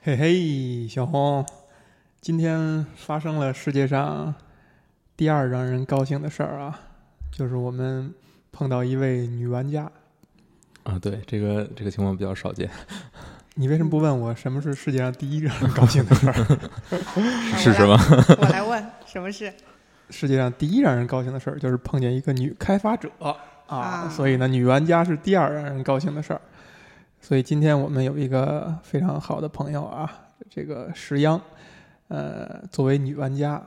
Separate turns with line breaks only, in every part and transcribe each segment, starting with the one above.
嘿嘿，小红，今天发生了世界上第二让人高兴的事儿啊，就是我们碰到一位女玩家。
啊，对，这个这个情况比较少
啊
见，
你为什么不问我什么是世界上第一让人高兴的事儿？
是什么？
我来问什么事？
世界上第一让人高兴的事儿就是碰见一个女开发者啊，
啊
所以呢，女玩家是第二让人高兴的事儿。所以今天我们有一个非常好的朋友啊，这个石央，呃，作为女玩家，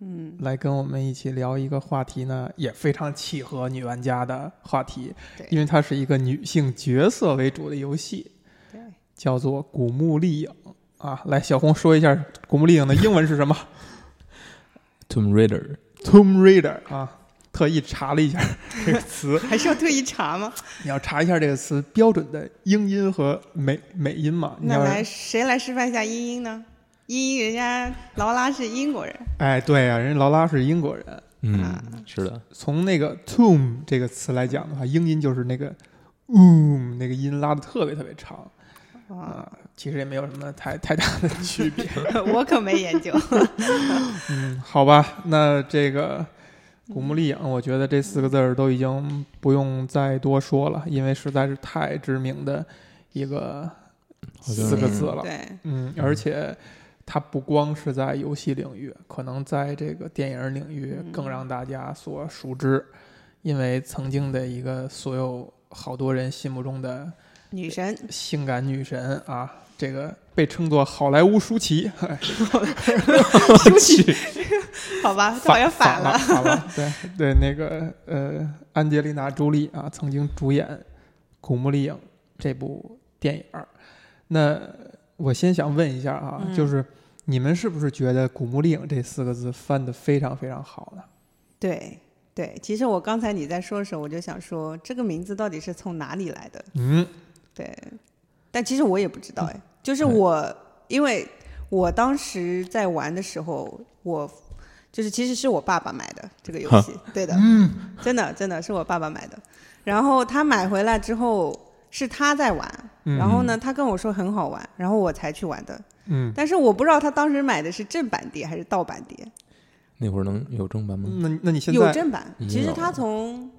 嗯，
来跟我们一起聊一个话题呢，也非常契合女玩家的话题，
对
因为它是一个女性角色为主的游戏，
对，
叫做《古墓丽影》啊。来，小红说一下《古墓丽影》的英文是什么
Tomb Raider，
？Tomb Raider 啊，特意查了一下这个词，
还是要特意查吗？
你要查一下这个词标准的英音和美美音嘛？你
那
要
来
是
谁来示范一下英英呢？英英人家劳拉是英国人，
哎，对啊，人家劳拉是英国人，
啊
嗯，是的，
从那个 tomb 这个词来讲的话，英音就是那个 um 那个音拉的特别特别长。
啊，
啊，其实也没有什么太太大的区 别。
我可没研究。
嗯，好吧，那这个“古墓丽影”，我觉得这四个字儿都已经不用再多说了，因为实在是太知名的一个
好像
四个字了。
对，
嗯，
嗯
而且它不光是在游戏领域，可能在这个电影领域
嗯
更让大家所熟知，因为曾经的一个所有好多人心目中的
女神，
性感女神啊，这个被称作好莱坞舒淇，
舒淇，好吧，这好像
反
了。
反了，对对，那个呃，安吉丽娜·朱莉啊，曾经主演《古墓丽影》这部电影儿。那我先想问一下啊，
嗯
就是你们是不是觉得“古墓丽影”这四个字翻得非常非常好呢？
对对，其实我刚才你在说的时候，我就想说这个名字到底是从哪里来的？
嗯，
对，但其实我也不知道
嗯
哎，就是
对
我，因为我当时在玩的时候，我就是其实是我爸爸买的这个游戏，对的，嗯，真的真的是我爸爸买的。然后他买回来之后是他在玩，
嗯
然后呢，他跟我说很好玩，然后我才去玩的。
嗯，
但是我不知道他当时买的是正版碟还是盗版碟，
那会儿能有正
嗯
版吗？
那那你现
有
在
正版。
已经
其实
有
他
了
从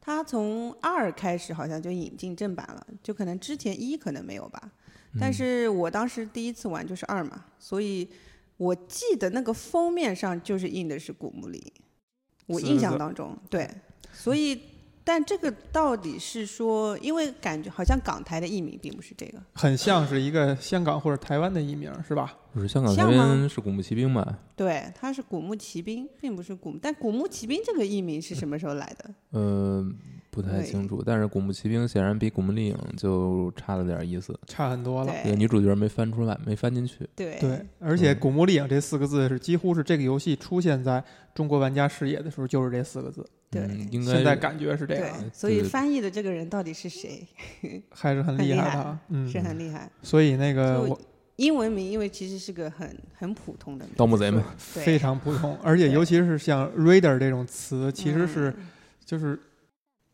他从二开始好像就引进正版了，就可能之前一可能没有吧。
嗯
但是我当时第一次玩就是二嘛，所以我记得那个封面上就是印的是古墓丽影，我
是
印
的
象当中对，所以但这个到底是说，因为感觉好像港台的译名并不是这个，
很像是一个香港或者台湾的译名，是吧？
不是香港那
像吗
边是古墓奇兵吧？
对，它是古墓奇兵，并不是古墓，但古墓奇兵这个译名是什么时候来的？
呃，不太清楚，但是古墓奇兵显然比古墓丽影就差了点意思，
差很多了。
对，
对
女主角没翻出来，没翻进去，
对
对，而且“
嗯
古墓丽影”这四个字是几乎是这个游戏出现在中国玩家视野的时候，就是这四个字。
对
嗯应
现在
该
感觉是这样，啊
对，所
对
以
对
翻译的这个人到底是谁，
还是很
很
厉
厉
害的
害
啊。嗯，
是很厉害。
所以那个
就
我
英文名，因为其实是个很很普通的名字，
盗墓贼嘛，
对
非常普通，而且尤其是像 reader 这种词，其实是
嗯
就是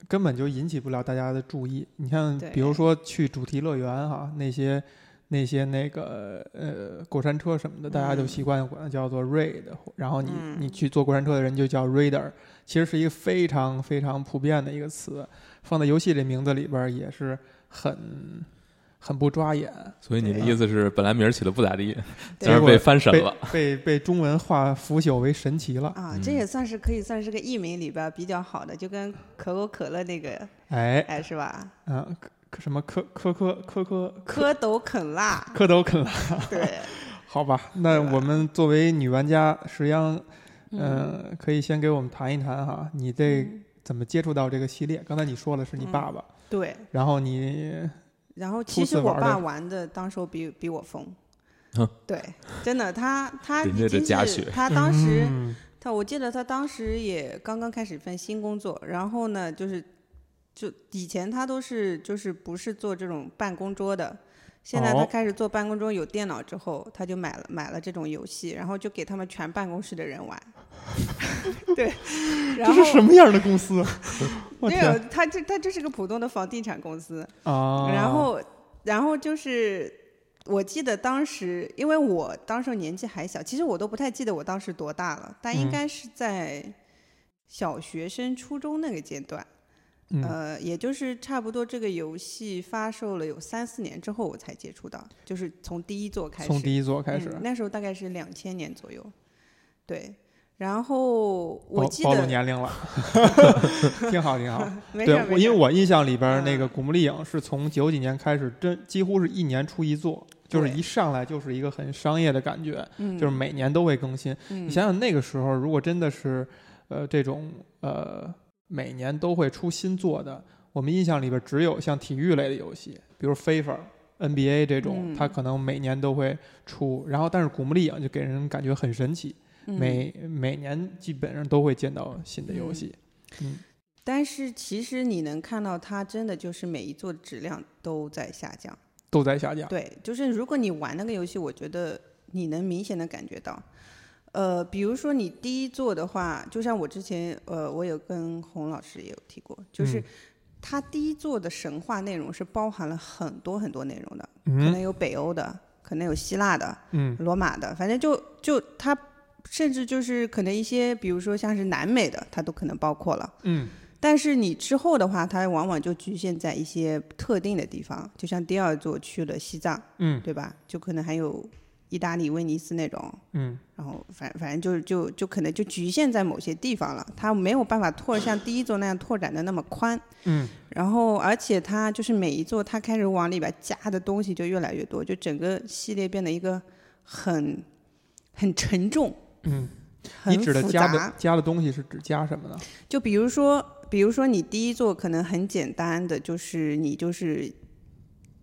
根本就引起不了大家的注意。你像
对
比如说去主题乐园哈，那些那些那个呃过山车什么的，大家就
嗯
习惯管它叫做 read，然后你
嗯
你去坐过山车的人就叫 reader，其实是一个非常非常普遍的一个词，放在游戏这名字里边儿也是很很不抓眼。
所以你的
对
意思是本来名儿起的不咋地，
对
但是被翻审
被
了，
被被中文化腐朽为神奇了。
啊，这
嗯
也算是可以算是个译名里边儿比较好的，就跟可口可乐那个，
哎，
哎，是吧？
啊，可可什么科科科科科
蝌蚪啃蜡，
蝌蚪啃了，
对，
好吧？那
对吧
我们作为女玩家，石央，
嗯，
呃，可以先给我们谈一谈哈，你这怎么接触到这个系列？刚才你说了是
嗯
你爸爸，
对。
然后你
然后
初
其
次
实我
玩
爸
的
玩的，当时候比比我疯
哼，
对，真的，他他
人
已
家这
经
家
是
学
他当时
嗯
他，我记得他当时也刚刚开始一份新工作，然后呢，就是就以前他都是就是不是做这种办公桌的，现在他
哦
开始做办公桌有电脑之后，他就买了买了这种游戏，然后就给他们全办公室的人玩。 对，然
这
后
是什么样的公 司？啊我
没
天
有他就他就是个普通的房地产公司，
啊！
然后然后就是我记得当时，因为我当时年纪还小，其实我都不太记得我当时多大了，但
嗯
应该是在小学生、初中那个阶段。
嗯，
呃，也就是差不多这个游戏发售了有三四年之后，我才接触到，就是从第一座开始。
从第一座开始，啊
嗯，那时候大概是两千年左右，对。然后我
暴
记
暴露
得
年 龄了， 挺好挺好。
没事
对
儿，没
我因为
事儿
我印象里边儿那
嗯
个《古墓丽影》是从九几年开始，真几乎是一年出一座，就是
对
一上来就是一个很商业的感觉，
嗯
就是每年都会更新。
嗯
你想想那个时候，如果真的是呃这种呃每年都会出新作的，我们印象里边只有像体育类的游戏，比如 FIFA。NBA 这种，
嗯
它可能每年都会出，然后但是《古墓丽影》就给人感觉很神奇，
嗯
每每年基本上都会见到新的游戏。
但是其实你能看到它真的就是每一座的质量都在下降。
都在下降。
对，就是如果你玩那个游戏，我觉得你能明显的感觉到。呃，比如说你第一座的话，就像我之前呃，我有跟洪老师也有提过，就是
嗯
它第一座的神话内容是包含了很多很多内容的，可
嗯
能有北欧的，可能有希腊的，
嗯
罗马的，反正就就它甚至就是可能一些，比如说像是南美的，它都可能包括了。
嗯
但是你之后的话，它往往就局限在一些特定的地方，就像第二座去了西藏，
嗯
对吧？就可能还有意大利威尼斯那种，
嗯
然后反反正就是就就可能就局限在某些地方了，它没有办法拓像第一座那样拓展的那么宽。
嗯
然后而且它就是每一座它开始往里边加的东西就越来越多，就整个系列变得一个很很沉重。
嗯，
很
你指的
复
加
杂
的加的东西是指加什么呢？
就比如说，比如说你第一座可能很简单的，就是你就是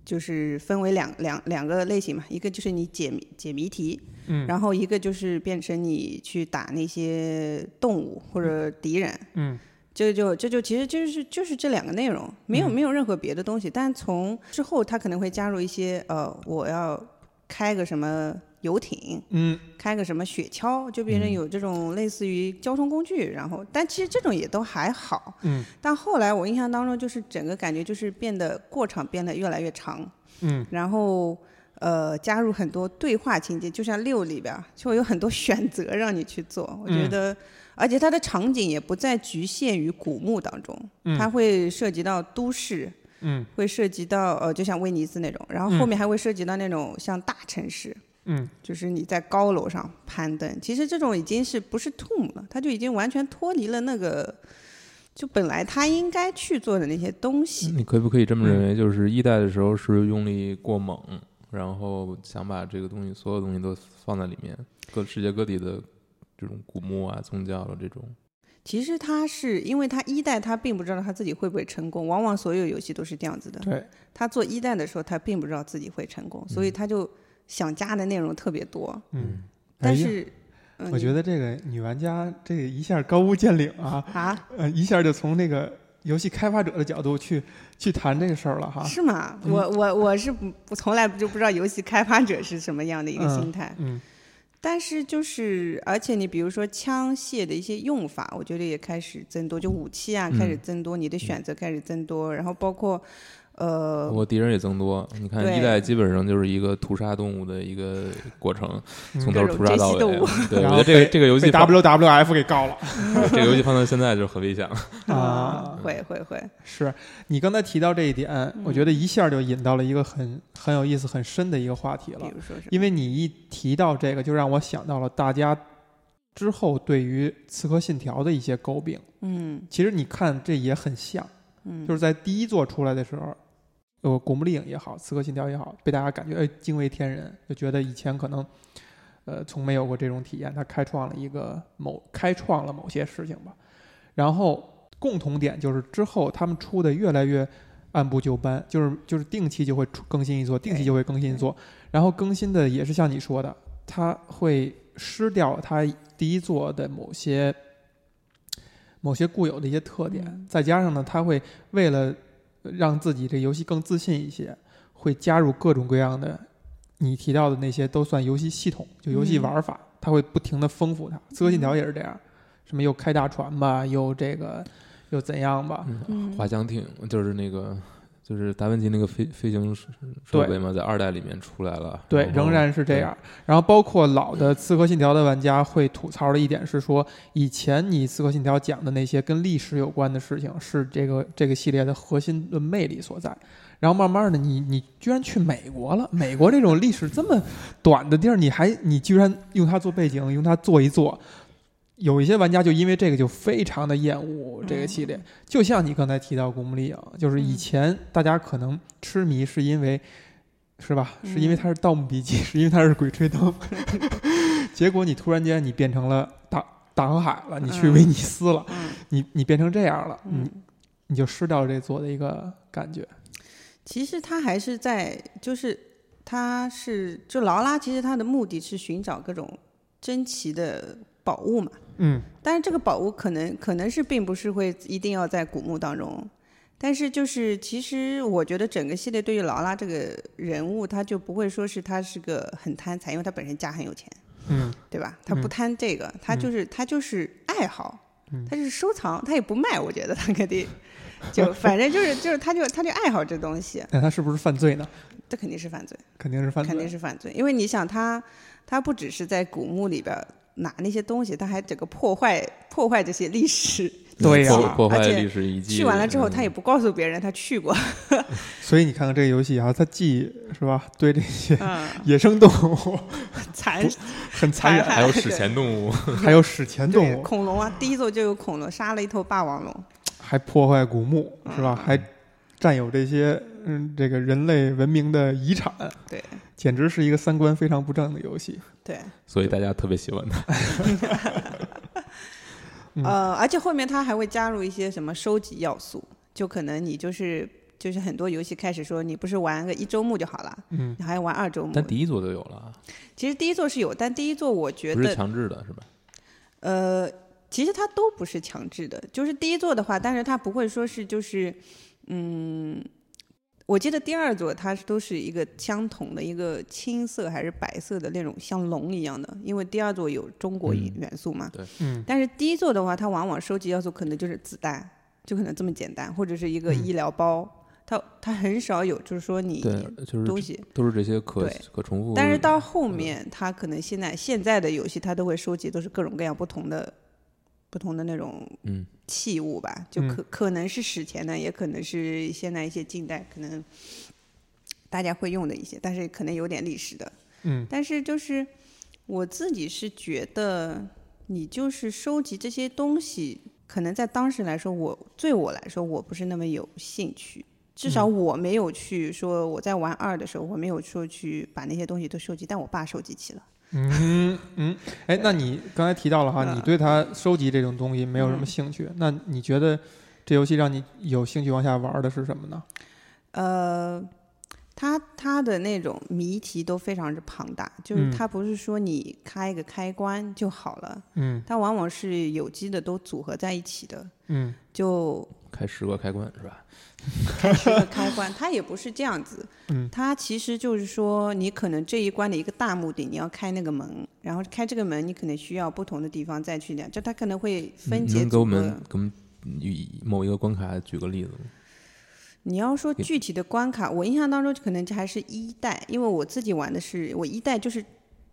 就是分为两两两个类型嘛，一个就是你解谜解谜题，
嗯
然后一个就是变成你去打那些动物或者敌人，
嗯
这就这就其实就是就是这两个内容，没
嗯
有没有任何别的东西。但从之后它可能会加入一些呃，我要开个什么游艇，
嗯
开个什么雪橇，就变成有这种类似于交通工具。然后，但其实这种也都还好。
嗯
但后来我印象当中，就是整个感觉就是变得过场变得越来越长，
嗯
然后呃加入很多对话情节，就像六里边儿就有很多选择让你去做。我觉
嗯
得，而且它的场景也不再局限于古墓当中，
嗯
它会涉及到都市，
嗯
会涉及到呃，就像威尼斯那种，然后后面还会涉及到那种像大城市，
嗯，
就是你在高楼上攀登，其实这种已经是不是 Tomb 了，它就已经完全脱离了那个，就本来它应该去做的那些东
嗯
西。
你可不可以这么
嗯
认为？就是一代的时候是用力过猛，然后想把这个东西所有东西都放在里面，各世界各地的这种古墓啊、宗教了、这种，
其实它是因为它一代它并不知道它自己会不会成功，往往所有游戏都是这样子的。
对，
他做一代的时候，他并不知道自己会成功，所以他就想加的内容特别多。
嗯。
但
哎呀
是，嗯
我觉得这个女玩家这个一下高屋建瓴啊，
啊，
呃，一下就从那个游戏开发者的角度去去谈这个事儿了哈。
是吗？
嗯
我我我是不我从来就不知道游戏开发者是什么样的一个心态，
嗯
但是就是，而且你比如说枪械的一些用法，我觉得也开始增多，就武器啊
嗯
开始增多，你的选择开始增多，然后包括
包
呃，
括敌人也增多。你看
对
一代基本上就是一个屠杀动物的一个过程，
嗯
从头屠杀到
各种
尾
珍。
对，
然
我
后
觉得这个
被
这个游戏
被
放
WWF 给告了
这个游戏放到现在就很危险了。
啊！
会会会，
是你刚才提到这一点，
嗯
我觉得一下就引到了一个很很有意思、很深的一个话题了
比。如说什么，
因为你一提到这个，就让我想到了大家之后对于《刺客信条》的一些诟病。
嗯
其实你看，这也很像，
嗯，
就是在第一座出来的时候，呃，《古墓丽影》也好，《刺客信条》也好，被大家感觉哎惊为天人，就觉得以前可能呃从没有过这种体验，它开创了一个某开创了某些事情吧。然后共同点就是之后他们出的越来越按部就班，就是就是定期就会出更新一座，定期就会更新一座，然后更新的也是像你说的，它会失掉它第一座的某些某些固有的一些特点，
嗯
再加上呢，它会为了让自己这游戏更自信一些，会加入各种各样的你提到的那些都算游戏系统，就游戏
嗯
玩法，它会不停的丰富它。刺客信条也是这样，什么又开大船吧，又这个又怎样吧，
嗯
嗯
滑翔艇就是那个就是达芬奇那个飞飞行设设备嘛，在二代里面出来了，
对，
后
仍然是这样。然后包括老的《刺客信条》的玩家会吐槽的一点是说，以前你《刺客信条》讲的那些跟历史有关的事情，是这个这个系列的核心的魅力所在。然后慢慢的你，你居然去美国了，美国这种历史这么短的地儿，你还你居然用它做背景，用它做一做，有一些玩家就因为这个就非常的厌恶这个系列。就像你刚才提到《古墓丽影》，就是以
嗯
前大家可能痴迷是因为，是吧？是因为
嗯
它是《盗墓笔记》，是因为它是《鬼吹灯》， 结果你突然间你变成了大大航海了，你去
嗯
威尼斯了，
嗯
你你变成这样了，
嗯
你，你就失掉了这座的一个感觉。
其实他还是在，就是他是就劳拉，其实他的目的是寻找各种珍奇的宝物嘛。
嗯，
但是这个宝物可能可能是并不是会一定要在古墓当中，但是就是其实我觉得整个系列对于劳拉这个人物，他就不会说是他是个很贪财，因为他本身家很有钱，
嗯，
对吧？他不
嗯
贪这个，他就是他就是爱好，他就是收藏，他也不卖，我觉得他肯定就反正就是就是他就他就爱好这东西，
那他是不是犯罪呢？
这肯定是犯罪。
肯定是犯罪，
肯定是犯罪，因为你想他，他不只是在古墓里边儿拿那些东西，他还整个破坏破坏这些历 史。
对 呀、
破破
而
坏
且
历史遗迹。
去完了之后，
嗯
他也不告诉别人他去过。
所以你看看这个游戏啊，它既是吧对这些
嗯，
野生动物
残
很残忍，
残
还有 史前动物，
还有史前
对
动物，
恐龙啊，第一座就有恐龙，杀了一头霸王龙。
还破坏古墓
嗯
是吧？还占有这些嗯这个人类文明的遗产，
对
简直是一个三观非常不正的游戏。
对，
所以大家特别喜欢它。
嗯
呃，而且后面他还会加入一些什么收集要素，就可能你就是就是很多游戏开始说你不是玩个一周目就好了，
嗯，
你还要玩二周目
但。第一座就有了啊，
其实第一座是有，但第一座我觉
不
得
是强制的，是吧？
呃，其实它都不是强制的，就是第一座的话，但是它不会说是就是，嗯，我记得第二座它都是一个相同的一个青色还是白色的那种像龙一样的，因为第二座有中国
嗯
元素嘛。
嗯
但是第一座的话，它往往收集要素可能就是子弹，就可能这么简单，或者是一个
嗯
医疗包，它它很少有就是说你
对，就是
东西。
都是这些可
对
可重复。
但是到后面，它可能现在现在的游戏，它都会收集都是各种各样不同的、不同的那种
嗯
器物吧，就可、可能是史前的，也可能是现在一些近代可能大家会用的一些，但是可能有点历史的。
嗯
但是就是我自己是觉得，你就是收集这些东西，可能在当时来说，我对我来说，我不是那么有兴趣。至少我没有去说我在玩二的时候，我没有说去把那些东西都收集，但我爸收集起了。
嗯嗯， 哎，那你刚才提到了哈，
嗯
你对它收集这种东西没有什么兴趣，那你觉得这游戏让你有兴趣往下玩的是什么呢？
呃，它它的那种谜题都非常之庞大，就是
嗯
它不是说你开一个开关就好了，
嗯
它往往是有机的都组合在一起的。
嗯
就
开十个开关是吧？
开始一个开关，它也不是这样子，
嗯
它其实就是说，你可能这一关的一个大目的，你要开那个门，然后开这个门，你可能需要不同的地方再去点，就它可能会分
你
解
能给我
组合。
们给我们以某一个关卡举个例子吗？
你要说具体的关卡，我印象当中可能还是一代，因为我自己玩的是我一代就是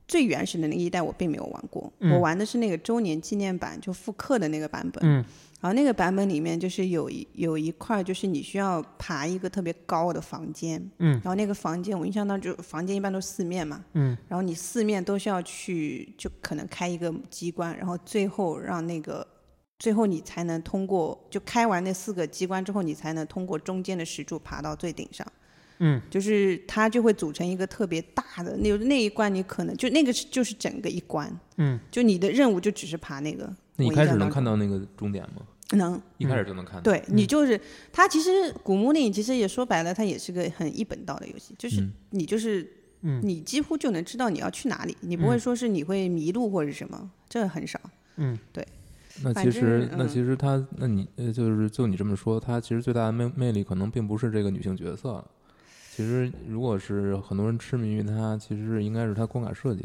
最原始的那个一代，我并没有玩过，
嗯
我玩的是那个周年纪念版，就复刻的那个版本。
嗯
然后那个版本里面就是有一有一块，就是你需要爬一个特别高的房间，
嗯
然后那个房间我印象当中，就房间一般都是四面嘛，
嗯，
然后你四面都需要去，就可能开一个机关，然后最后让那个。最后你才能通过，就开完那四个机关之后，你才能通过中间的石柱爬到最顶上。
嗯，
就是它就会组成一个特别大的那那一关，你可能就那个是就是整个一关。
嗯，
就你的任务就只是爬那个。
那
我
一
印
开始
象
能
当
看到那个终点吗？
中能
一开始就能看到。
对你就是它，其实古墓丽影其实也说白了，它也是个很一本道的游戏，就是
嗯
你就是，
嗯
你几乎就能知道你要去哪里，你
嗯
不会说是你会迷路或者什么，这很少。
那
反
其实
正
那
嗯
其实它，那你呃，就是就你这么说，它其实最大的魅魅力可能并不是这个女性角色。其实，如果是很多人痴迷于它，其实应该是它关卡设计。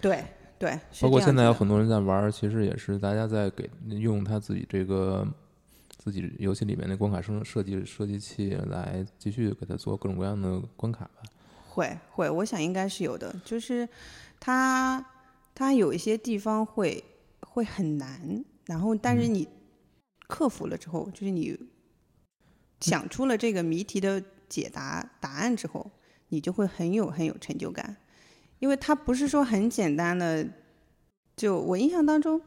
对对，是
包括
这样
现在
子
有
的
很多人在玩儿，其实也是大家在给用他自己这个自己游戏里面的关卡设设计设计器来继续给它做各种各样的关卡吧。
会会，我想应该是有的，就是它它有一些地方会会很难，然后但是你克服了之后，就是你想出了这个谜题的解答答案之后，你就会很有很有成就感，因为它不是说很简单的，就我印象当中。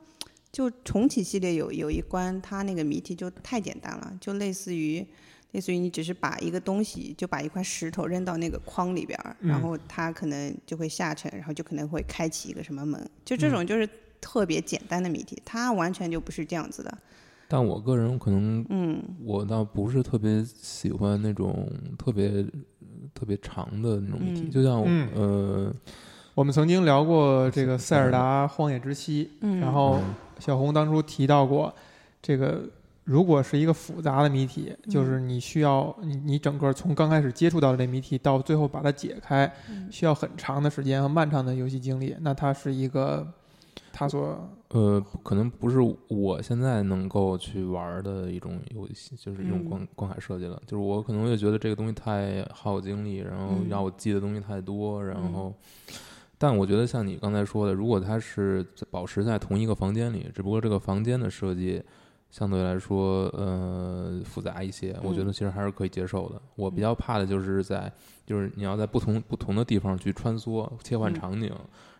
就重启系列有有一关，它那个谜题就太简单了，就类似于类似于你只是把一个东西，就把一块石头扔到那个框里边儿，
嗯
然后它可能就会下沉，然后就可能会开启一个什么门，就
嗯
这种就是特别简单的谜题，它完全就不是这样子的。
但我个人可能
嗯，
我倒不是特别喜欢那种特别特别长的那种谜题，
嗯
就像我、
嗯
呃，
我们曾经聊过这个《塞尔达：荒野之息》，
嗯
然后小红当初提到过，这个如果是一个复杂的谜题，就是你需要你你整个从刚开始接触到的这谜题到最后把它解开，需要很长的时间和漫长的游戏经历，那它是一个它所
呃，可能不是我现在能够去玩儿的一种游戏，就是一种
嗯
关、关卡设计了。就是我可能会觉得这个东西太耗精力，然后
嗯
让我记的东西太多，然
嗯
后，但我觉得像你刚才说的，如果它是保持在同一个房间里，只不过这个房间的设计相对来说呃复杂一些，我觉
嗯
得其实还是可以接受的。我比较怕的就是在就是你要在不同不同的地方去穿梭切换
嗯
场景。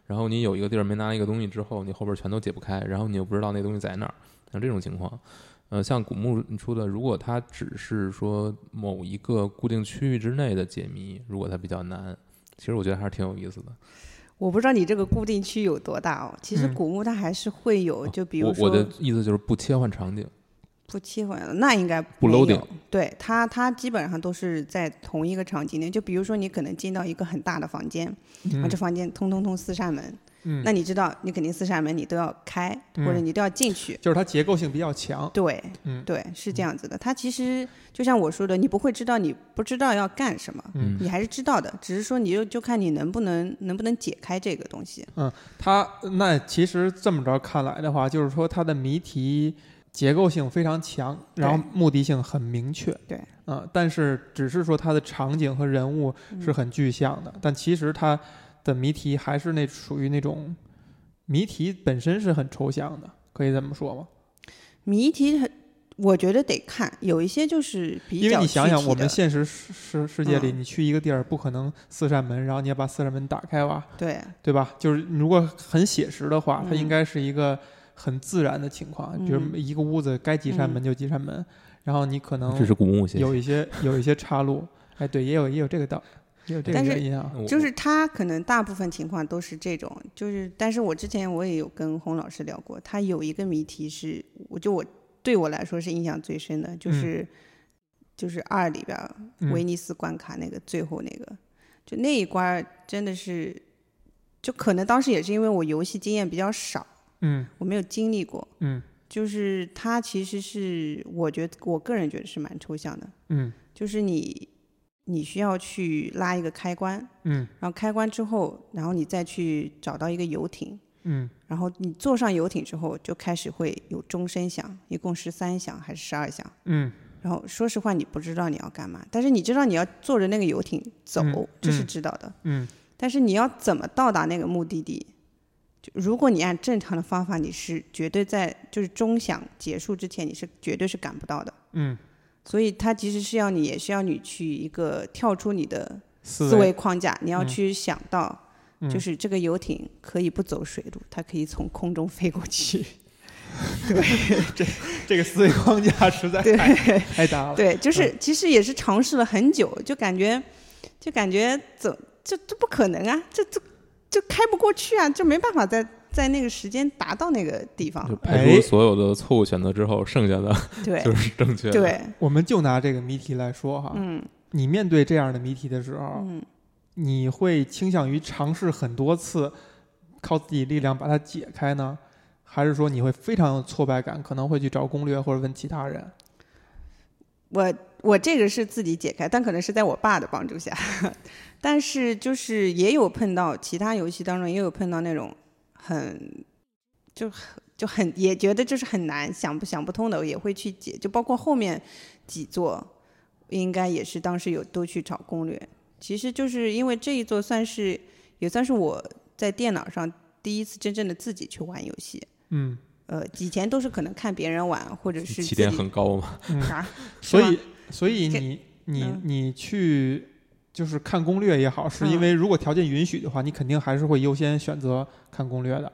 然后你有一个地儿没拿一个东西之后，你后边全都解不开，然后你又不知道那东西在哪儿，像这种情况，呃，像古墓你说的，如果它只是说某一个固定区域之内的解谜，如果它比较难，其实我觉得还是挺有意思的。
我不知道你这个固定区有多大哦，其实
嗯
古墓它还是会有，就比如
哦我
说
我的意思就是不切换场景，
不切换，那应该
不
没有
loading。
对它，它基本上都是在同一个场景内。就比如说，你可能进到一个很大的房间，
嗯
啊，这房间通通通四扇门，
嗯，
那你知道，你肯定四扇门你都要开，
嗯
或者你都要进去。
就是它结构性比较强，
对，
嗯
对，是这样子的。它其实就像我说的，你不会知道你不知道要干什么，
嗯
你还是知道的，只是说你就就看你能不能能不能解开这个东西。
它那其实这么着看来的话，就是说它的谜题结构性非常强，
对
然后目的性很明确。
对，
嗯、但是只是说它的场景和人物是很具象
嗯
的，但其实它的谜题还是那属于那种谜题本身是很抽象的，可以这么说吗？
谜题很，我觉得得看，有一些就是比较
因为你
具
想想，
体
我们
的
现实世世世界里，
嗯
你去一个地儿，不可能四扇门，然后你要把四扇门打开哇，
对啊
对吧？就是如果很写实的话，它
嗯
应该是一个很自然的情况，
嗯
比如一个屋子该几扇门
嗯
就几扇门，然后你可能
这是古墓现象
有。一些有一些岔路，哎，对，也有也有这个道，也有这个
但是
原因啊，
我
就是他可能大部分情况都是这种，就是，但是我之前我也有跟洪老师聊过，他有一个谜题是，我就我对我来说是印象最深的，就是、就是二里边儿
嗯
威尼斯关卡那个、最后那个，就那一关儿真的是，就可能当时也是因为我游戏经验比较少，
嗯
我没有经历过，
嗯
就是它其实是我觉得我个人觉得是蛮抽象的，
嗯
就是你你需要去拉一个开关。
嗯
然后开关之后，然后你再去找到一个游艇，
嗯
然后你坐上游艇之后，就开始会有钟声响，一共十三响还是十二响。
嗯
然后说实话，你不知道你要干嘛，但是你知道你要坐着那个游艇走，
嗯
这是
嗯
知道的。
嗯
但是你要怎么到达那个目的地？就如果你按正常的方法，你是绝对在就是钟响结束之前，你是绝对是赶不到的。
嗯，
所以它其实是要你，也是要你去一个跳出你的
思
思维框架，你要
嗯
去想到
嗯
就是这个游艇可以不走水路，它可以从空中飞过去。
这个思维框架实在
对
太太大了，
对，就是其实也是尝试了很久，就感觉就感觉怎这这不可能啊，这这这开不过去啊，就没办法在在那个时间达到那个地方
就。排
哎
除所有的错误选择之后，剩下的
啊对
就是正确的。，
对，
我们就拿这个谜题来说哈，
嗯
你面对这样的谜题的时候，
嗯，
你会倾向于尝试很多次，靠自己力量把它解开呢，还是说你会非常有挫败感，可能会去找攻略或者问其他人？
我我这个是自己解开，但可能是在我爸的帮助下， 但是就是也有碰到其他游戏当中也有碰到那种很就很就很也觉得就是很难，想不想不通的也会去解，就包括后面几座，应该也是当时有都去找攻略。其实就是因为这一座算是也算是我在电脑上第一次真正的自己去玩游戏，
嗯，
呃，以前都是可能看别人玩或者是
起
自
点
己
很高嘛。
啊，
所
是
以
吗
所以
这
你你
嗯
你去就是看攻略也好，是因为如果条件允许的话，你肯定还是会优先选择看攻略的。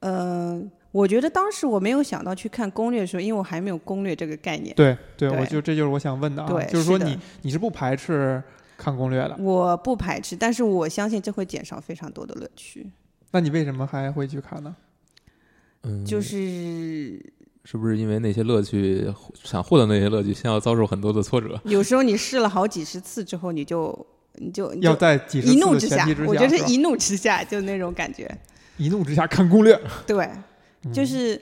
呃，我觉得当时我没有想到去看攻略的时候，因为我还没有攻略这个概念。
对对，我
对
就这就是我想问的啊
对，
就是说
是的嗯
你你是不排斥看攻略的，
我不排斥，但是我相信这会减少非常多的乐趣。
那你为什么还会去看呢？
嗯，
就是
是不是因为那些乐趣，想获得那些乐趣，先要遭受很多的挫折？
有时候你试了好几十次之后，你就你就你
要
就
在几十
一
次
怒
的
之
前
下
提之，下，
我觉得
是吧
是一怒之下就那种感觉。
一怒之下看攻略，
对，就
嗯
是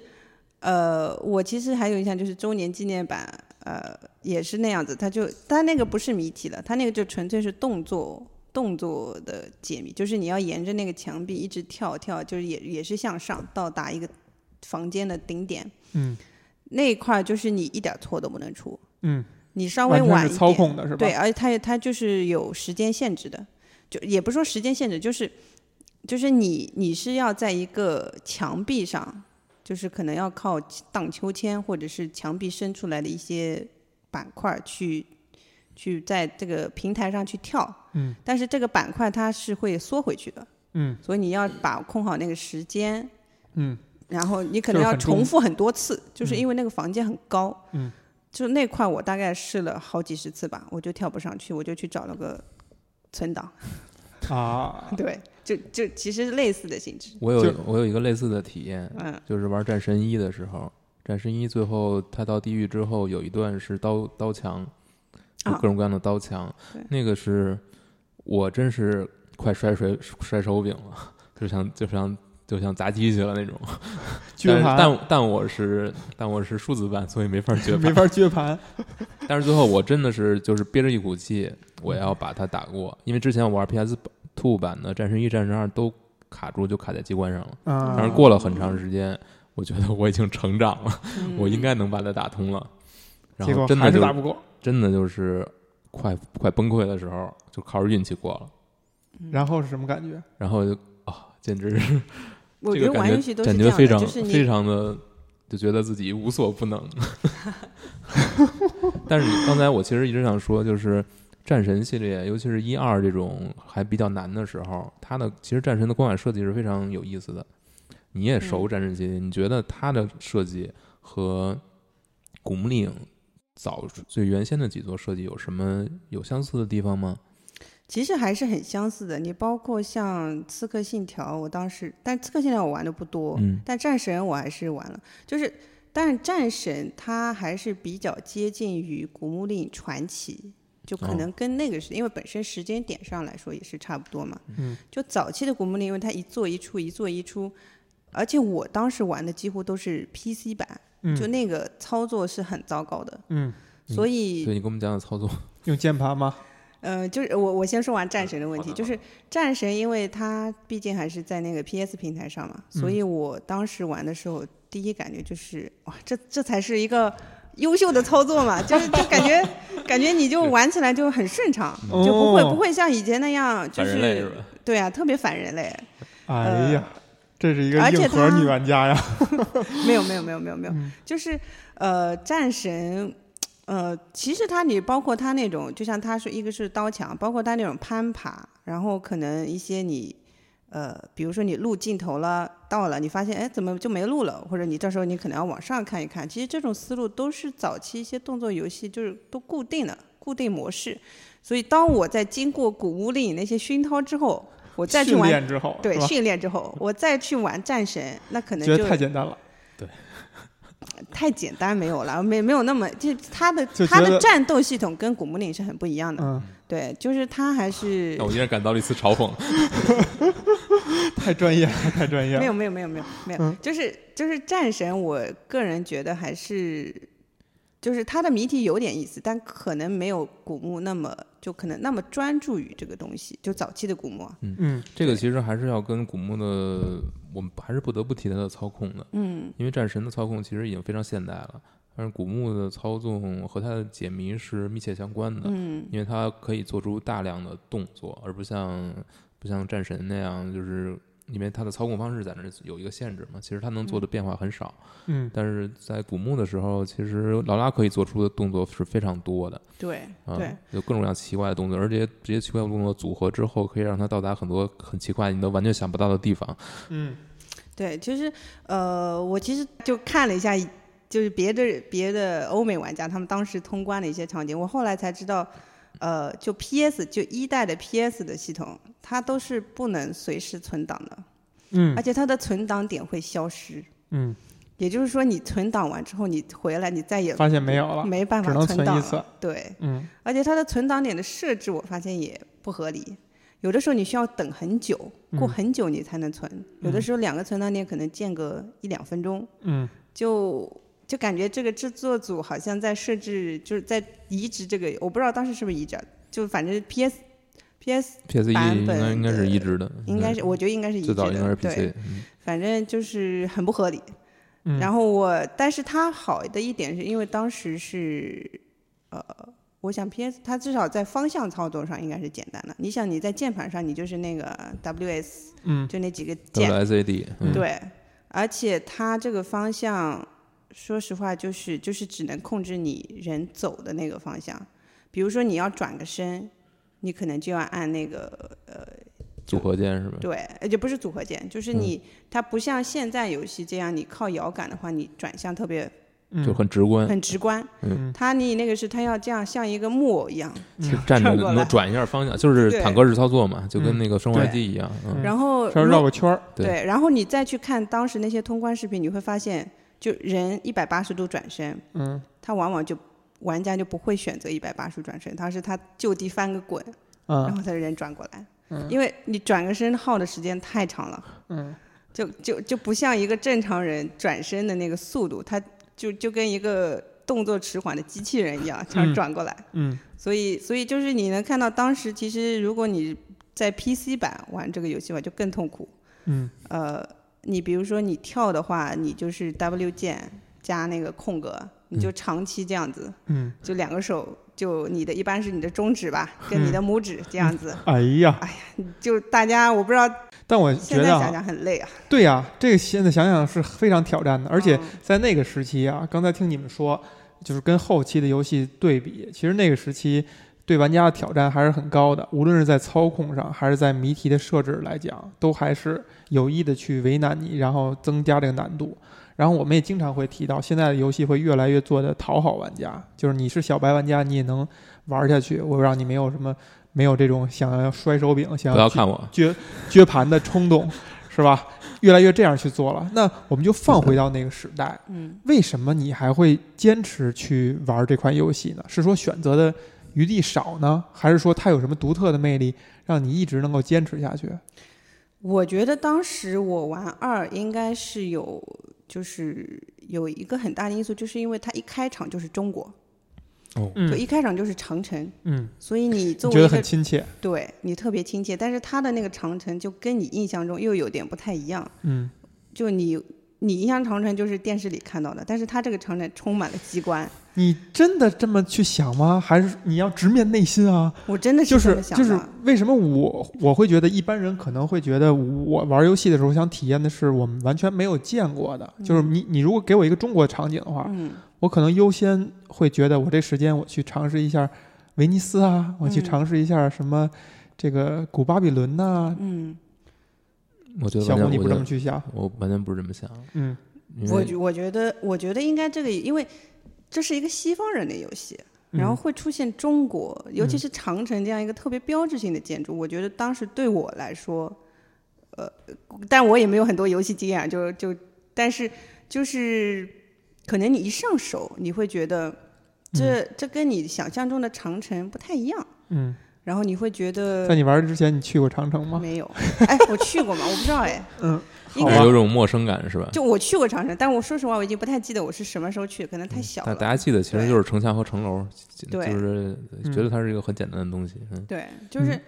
呃，我其实还有印象，就是周年纪念版，呃，也是那样子，它就它那个不是谜题了，它那个就纯粹是动作动作的解谜，就是你要沿着那个墙壁一直跳跳，就是也也是向上到达一个房间的顶点
嗯
那一块，就是你一点错都不能出，
嗯，
你稍微
完全
晚一
是操
点，
控的是吧？
对，而且它它就是有时间限制的，就也不是说时间限制，就是就是你你是要在一个墙壁上，就是可能要靠荡秋千或者是墙壁伸出来的一些板块儿去去在这个平台上去跳，
嗯，
但是这个板块它是会缩回去的，
嗯
所以你要把控好那个时间，
嗯
然后你可
就
能
是
要
很重
重复很多次，就是因为那个房间很高，
嗯，
就那块我大概试了好几十次吧，我就跳不上去，我就去找了个存档，
啊，
对，就就其实类似的性质，
我有
就
我有一个类似的体验，
嗯
就是玩战神一的时候，战神一最后他到地狱之后有一段是刀刀墙，有
啊
各种各样的刀墙，
对
那个是我真是快摔摔摔手柄了， 就想就想就想砸机去了那种。但
撅
是
盘
但但我是但我是数字版，所以没法绝
没法
版。
撅 盘，
但是最后我真的是就是憋着一股气，我要把它打过，因为之前我玩 PS Two 版的战神一、战神二都卡住，就卡在机关上了。
啊，
但是过了很长时间，我觉得我已经成长了，
嗯
我应该能把它打通了。然
结
后
果
真
还
的
是
就
打不过，
真的就是快快崩溃的时候，就靠着运气过了。
然后是什么感觉？
然后就啊，简直是
我
这
觉
个
得玩游
感
戏
觉
都是
感
这
觉
样
非
的，
常
就是
非
你
常的就觉得自己无所不 能。但是你刚才我其实一直想说，就是战神系列，尤其是一二这种还比较难的时候，它的其实战神的光感设计是非常有意思的。你
嗯
也熟战神系列，你觉得它的设计和古墓丽影早最原先的几座设计有什么有相似的地方吗？
其实还是很相似的，你包括像《刺客信条》，我当时但《刺客信条》我玩的不多，
嗯
但战神我还是玩了，就是，但是战神它还是比较接近于古墓丽影传奇，就可能跟那个是、因为本身时间点上来说也是差不多嘛。
嗯，
就早期的古墓丽影，因为它一做一出，一做一出，而且我当时玩的几乎都是 PC 版，
嗯
就那个操作是很糟糕的，
嗯，
嗯
所以
对你给我们讲讲操作。
用键盘吗？
呃，就是我我先说完战神的问
嗯
题，
好的
就是战神，因为它毕竟还是在那个 PS 平台上嘛，所以我当时玩的时候，第一感觉就是哇，这这才是一个优秀的操作嘛，就是就感觉感觉你就玩起来就很顺畅，就不会
哦
不会像以前那样就
反人类是
是
吧
对啊，特别反人类。
哎呀，这是一个
呃而且
硬核
它
女玩家呀！
没有没有没有没有没有，
嗯
就是呃，战神，呃，其实它你包括它那种，就像他说，一个是刀墙，包括它那种攀爬，然后可能一些你。呃，比如说你路尽头了，到了，你发现哎怎么就没路了，或者你这时候你可能要往上看一看。其实这种思路都是早期一些动作游戏就是都固定的固定模式，所以当我在经过古墓丽影那些熏陶之后，我再去
训
玩
练之后，
对
是吧？
训练之后，我再去玩战神，那可能
觉
就
得太简单了，
太简单没有了，没没有那么，就它的
就
它
觉得
的战斗系统跟古墓丽影是很不一样的，
嗯，
对，就是它还是
哎那我依然感到了一次嘲讽。
嗯太专业了，太专业
没有
了。
没有没有没有没
嗯
有，就是就是战神，我个人觉得还是就是它的谜题有点意思，但可能没有古墓那么就可能那么专注于这个东西，就早期的古墓啊，
嗯，
这个其实还是要跟古墓的我们还是不得不提它的操控的，
嗯
因为战神的操控其实已经非常现代了，但是古墓的操纵和它的解谜是密切相关的，
嗯
因为它可以做出大量的动作，而不像不像战神那样，就是因为它的操控方式在那儿有一个限制嘛。其实它能做的变化很少，
嗯，
但是在古墓的时候，其实劳拉可以做出的动作是非常多的
对
嗯
啊
对，，
有各种各样奇怪的动作，而且这些奇怪的动作组合之后，可以让它到达很多很奇怪你都完全想不到的地方。
嗯，
对，就是呃，我其实就看了一下，就是别的别的欧美玩家他们当时通关的一些场景，我后来才知道，呃，就 PS 就一代的 PS 的系统，它都是不能随时存档的，
嗯
而且它的存档点会消失，
嗯，
也就是说你存档完之后，你回来你再也
发现没有了，
没办法
只能
存
存一
档
次
了，对。
嗯
而且它的存档点的设置，我发现也不合理。有的时候你需要等很久，过很久你才能存；有的时候两个存档点可能间隔一两分钟，
嗯
就就感觉这个制作组好像在设置，就是在移植这个，我不知道当时是不是移植啊，就反正 PS PS
P.S. 一
版
E 应该
本
应该是
的
移植的，
应该是，我觉得应该是移
嗯
植
最早应该
的，
是
对，
P.C. 嗯
反正就是很不合理。
嗯
然后我，但是它好的一点是因为当时是，呃，我想 PS 它至少在方向操作上应该是简单的。你想你在键盘上，你就是那个 WS，
嗯
就那几个键，
W.S.A.D. 嗯
对，而且它这个方向，说实话就是就是只能控制你人走的那个方向。比如说你要转个身，你可能就要按那个呃
组合键
嗯
是吧？
对，而且不是组合键，就是你、它不像现在游戏这样，你靠摇杆的话，你转向特别
嗯，
就很直观，
很直观。
嗯
它你那个是它要这样像一个木偶一样，
是站着
转过来
能转一下方向，就是
对
坦克式操作嘛，就跟
嗯
那个升华机一样。嗯，
然后
稍微
如
绕个圈儿，
对
对，然后你再去看当时那些通关视频，你会发现，就人一百八十度转身，
嗯
他往往就玩家就不会选择一百八十转身，他是他就地翻个滚，然
啊
后他人转过来，因为你转个身耗的时间太长了。
嗯
就就就不像一个正常人转身的那个速度，他就就跟一个动作迟缓的机器人一样，这样转过来。
嗯
所以所以就是你能看到，当时其实如果你在 PC 版玩这个游戏吧，就更痛苦。
嗯
呃，你比如说你跳的话，你就是 W 键加那个空格，你就长期这样子，
嗯，
就两个手，就你的一般是你的中指吧，跟你的拇指这样子。
哎呀，
就大家我不知道，
但我
现
觉
在
得
想
啊，
想很累啊。
对呀、这个现在想想是非常挑战的，而且
嗯
在那个时期啊，刚才听你们说，就是跟后期的游戏对比，其实那个时期对玩家的挑战还是很高的，无论是在操控上，还是在谜题的设置来讲，都还是有意的去为难你，然后增加这个难度。然后我们也经常会提到，现在的游戏会越来越做的讨好玩家，就是你是小白玩家，你也能玩下去，我让你没有什么没有这种想要摔手柄、想
不要
要去
看我，
撅撅盘的冲动，是吧？越来越这样去做了，那我们就放回到那个时代，
嗯，
为什么你还会坚持去玩这款游戏呢？是说选择的余地少呢，还是说它有什么独特的魅力，让你一直能够坚持下去？
我觉得当时我玩二应该是有，就是有一个很大的因素，就是因为它一开场就是中国，就
嗯
一开场就是长城，
嗯，
所 以你
你
作
觉
为
得
一
很
个
亲切，
对你特别亲切，但是它的那个长城就跟你印象中又有点不太一样，
嗯
就你。你印象长城就是电视里看到的，但是它这个长城充满了机关，
你真的这么去想吗？还是你要直面内心啊？
我真的
就是
这
是
么想
就
的。
是为什么我我会觉得一般人可能会觉得我玩游戏的时候想体验的是我们完全没有见过的，就是你你如果给我一个中国场景的话，
嗯，
我可能优先会觉得我这时间我去尝试一下威尼斯啊，我去
嗯
尝试一下什么这个古巴比伦呐、
嗯，
我觉得
小
完
红
全
你
我
不
觉
这
得
么去想，
我完全不是这么想，
嗯
因
我
为
觉我觉得我觉得应该这个，因为这是一个西方人的游戏，
嗯
然后会出现中国，尤其
嗯
是长城这样一个特别标志性的建筑，我觉得当时对我来说，呃，但我也没有很多游戏经验啊，就就但是就是可能你一上手，你会觉得这、这跟你想象中的长城不太一样，
嗯，
然后你会觉
在
得
你玩之前你去过长城吗？
没有，哎，我去过吗？我不知道哎，
嗯，
应
好
该
吧
有种陌生感是吧？
就我去过长城，但我说实话，我已经不太记得我是什么时候去，可能
嗯
太小
但大
了。
家记得其实就是城墙和城楼，就
对
是
嗯
觉得它是一个很简单的东西。嗯，
对，就是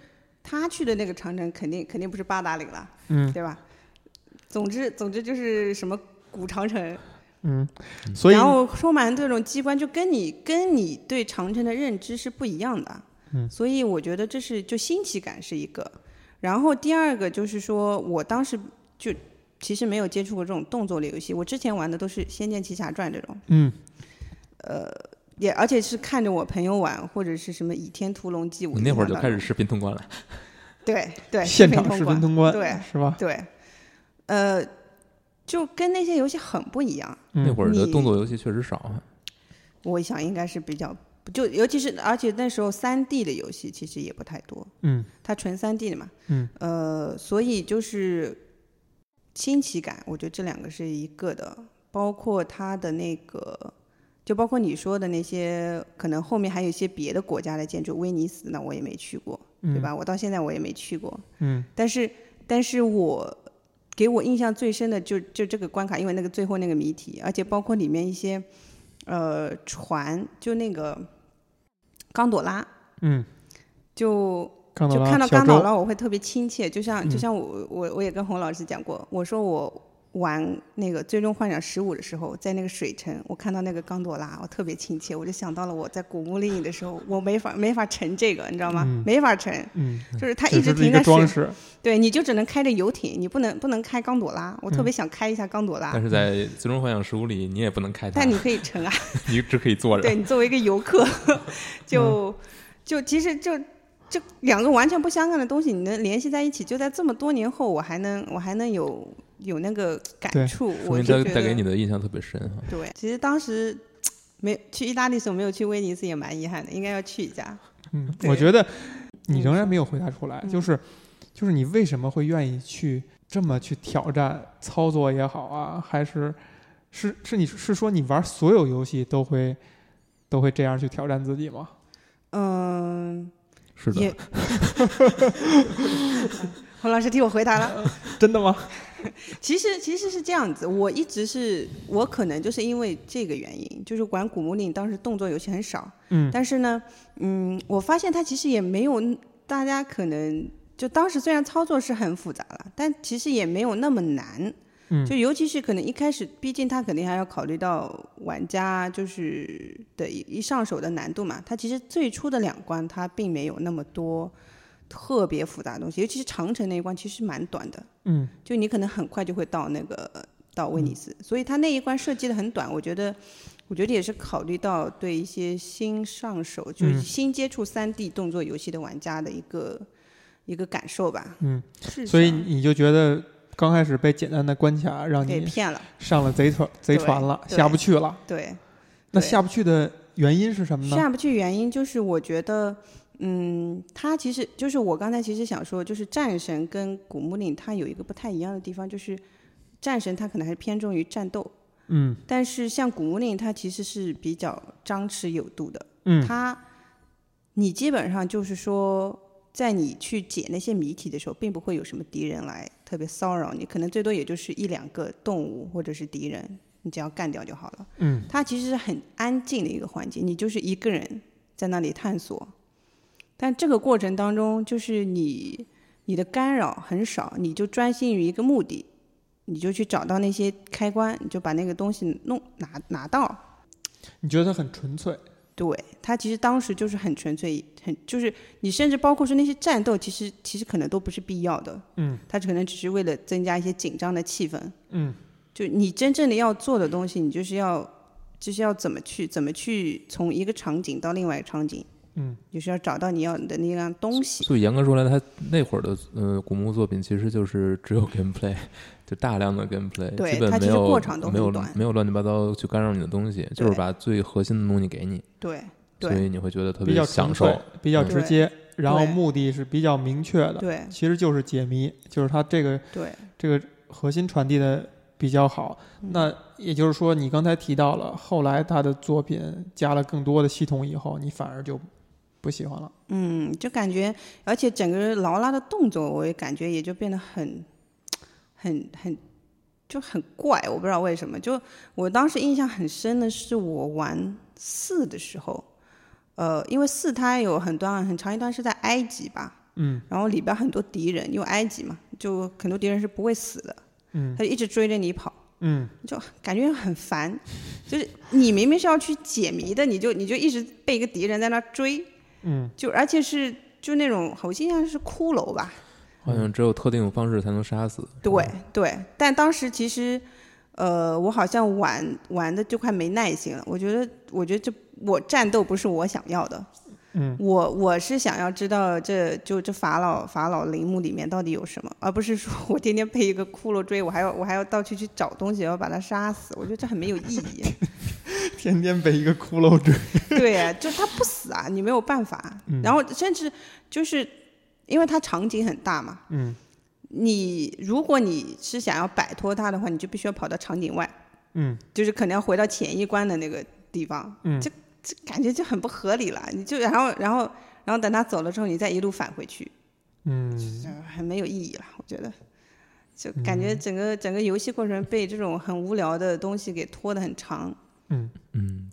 他去的那个长城，肯定肯定不是八达岭了，
嗯
对吧？总之，总之就是什么古长城，
嗯，所以
然后充满这种机关，就跟你跟你对长城的认知是不一样的。
嗯
所以我觉得这是就新奇感是一个，然后第二个就是说我当时就其实没有接触过这种动作类游戏，我之前玩的都是《仙剑奇侠传》这种，
嗯
也而且是看着我朋友玩或者是什么《倚天屠龙记》，我
你那会儿
玩
就
到
开始视频通关了，
对对
现场视
视
频
频
通关，
对
是吧？
对，呃，就跟那些游戏很不一样。
嗯
那会儿的
你
动作游戏确实少啊。
我想应该是比较，就尤其是而且那时候三 D 的游戏其实也不太多，
嗯
它纯三 D 的嘛，
嗯，
呃，所以就是新奇感，我觉得这两个是一个的，包括它的那个。就包括你说的那些，可能后面还有一些别的国家的建筑，威尼斯那我也没去过，对吧？我到现在我也没去过，
嗯
但是，但是我给我印象最深的就就这个关卡，因为那个最后那个谜题，而且包括里面一些呃船，就那个刚朵拉，
嗯，
就
刚
就
到啊
看到
小
刚朵
周，嗯
拉，我会特别亲切，就像就像我我我也跟洪老师讲过，我说我。玩那个《最终幻想十五》的时候，在那个水城，我看到那个刚朵拉，我特别亲切，我就想到了我在古墓丽影的时候，我没法没法成这个，你知道吗？
嗯
没法成，
嗯，
就是它一
只是
直
一
停
个
在水
装饰，
对，你就只能开着游艇，你不能不能开刚朵拉。我特
嗯
别想开一下刚朵拉，
但是在《最终幻想十五》里，你也不能开它，
啊但你可以乘啊。
你只可以 坐着
对。你作为一个游 客，
嗯
就、就其实就这两个完全不相干的东西，你能联系在一起，就在这么多年后，我还能我还能有有那个
对
感触，
说
我
明
就
它
觉得
带给你的印象特别深啊哈。
对。其实当时没去意大利的时候没有去威尼斯也蛮遗憾的，应该要去一下。
嗯，
对
我觉得你
嗯
仍然没有回答出来，
嗯
就是就是你为什么会愿意去这么去挑战操作也好啊，还是是是你是说你玩所有游戏都会都会这样去挑战自己吗？
嗯，
是的，
也。洪老师替我回答了。
真的吗？
其实其实是这样子，我一直是我可能就是因为这个原因，就是玩古墓丽影当时动作游戏很少，
嗯
但是呢，嗯，我发现它其实也没有大家可能就当时虽然操作是很复杂了，但其实也没有那么难。
嗯
就尤其是可能一开始，毕竟它肯定还要考虑到玩家就是的一一上手的难度嘛。它其实最初的两关它并没有那么多特别复杂的东西，尤其是长城那一关其实蛮短的，
嗯
就你可能很快就会到那个到威尼斯，所以他那一关设计的很短，我觉得，我觉得也是考虑到对一些新上手，就是
嗯
新接触三 D 动作游戏的玩家的一个一个感受吧。
嗯，
是
所以
这样
你就觉得刚开始被简单的关卡让
给
你
骗了，
上了贼船贼船了，
对
下不去了。
对，
那
对
下不去的原因是什么呢？
下不去原因就是我觉得，嗯，它其实就是我刚才其实想说，就是战神跟古墓丽影它有一个不太一样的地方，就是战神它可能还是偏重于战斗，
嗯
但是像古墓丽影它其实是比较张弛有度的。
嗯
它，你基本上就是说，在你去解那些谜题的时候，并不会有什么敌人来特别骚扰你，可能最多也就是一两个动物或者是敌人，你只要干掉就好了。
嗯，
它其实是很安静的一个环节，你就是一个人在那里探索，但这个过程当中，就是你你的干扰很少，你就专心于一个目的。你就去找到那些开关，你就把那个东西弄拿拿到，
你觉得它很纯粹？
对他其实当时就是很纯粹，很就是你甚至包括说那些战斗，其实其实可能都不是必要的，
嗯，
他可能只是为了增加一些紧张的气氛。
嗯
就你真正的要做的东西，你就是要就是要怎么去怎么去从一个场景到另外一个场景，
嗯，
就是要找到你要的那样东西。
所以严格说来，他那会儿的呃古墓作品其实就是只有 gameplay，就大量的 gameplay，
对
基本
它其
没
实
有
过场都很
没有
短
没有乱七八糟去干扰你的东西，就是把最核心的东西给你，
对
所
对
以你会觉得特
比
别
较
享
纯
受。
粹，比较直接，然后
对
目的是比较明确的，
对
其实就是解谜，就是它这个
对，
这个核心传递的比较好。
嗯
那也就是说，你刚才提到了，后来他的作品加了更多的系统以后，你反而就不喜欢了。
嗯，就感觉，而且整个劳拉的动作，我也感觉也就变得很、很、很，就很怪。我不知道为什么。就我当时印象很深的是，我玩四的时候，呃，因为四它有很段很长一段是在埃及吧，
嗯
然后里边很多敌人，因为埃及嘛，就很多敌人是不会死的。
嗯
他就一直追着你跑，
嗯
就感觉很烦。就是你明明是要去解谜的，你就你就一直被一个敌人在那追，
嗯
就而且是就那种我印象是骷髅吧，
好
嗯
像只有特定方式才能杀死。
对对，但当时其实，呃，我好像玩玩的就快没耐心了。我觉得，我觉得这我战斗不是我想要的，
嗯
我我是想要知道这就这法老法老陵墓里面到底有什么，而不是说我天天被一个骷髅追，我还要我还要到处去找东西，要把它杀死。我觉得这很没有意义。
天天被一个骷髅追，
对啊，就是他不死啊，你没有办法。
嗯
然后甚至就是因为它场景很大嘛，
嗯
你如果你是想要摆脱它的话，你就必须要跑到场景外。
嗯
就是可能要回到前一关的那个地方，
嗯
这这感觉就很不合理了。你就然后然后然后等他走了之后，你再一路返回去，
嗯，
呃很没有意义了。我觉得，就感觉整个、整个游戏过程被这种很无聊的东西给拖得很长。
嗯，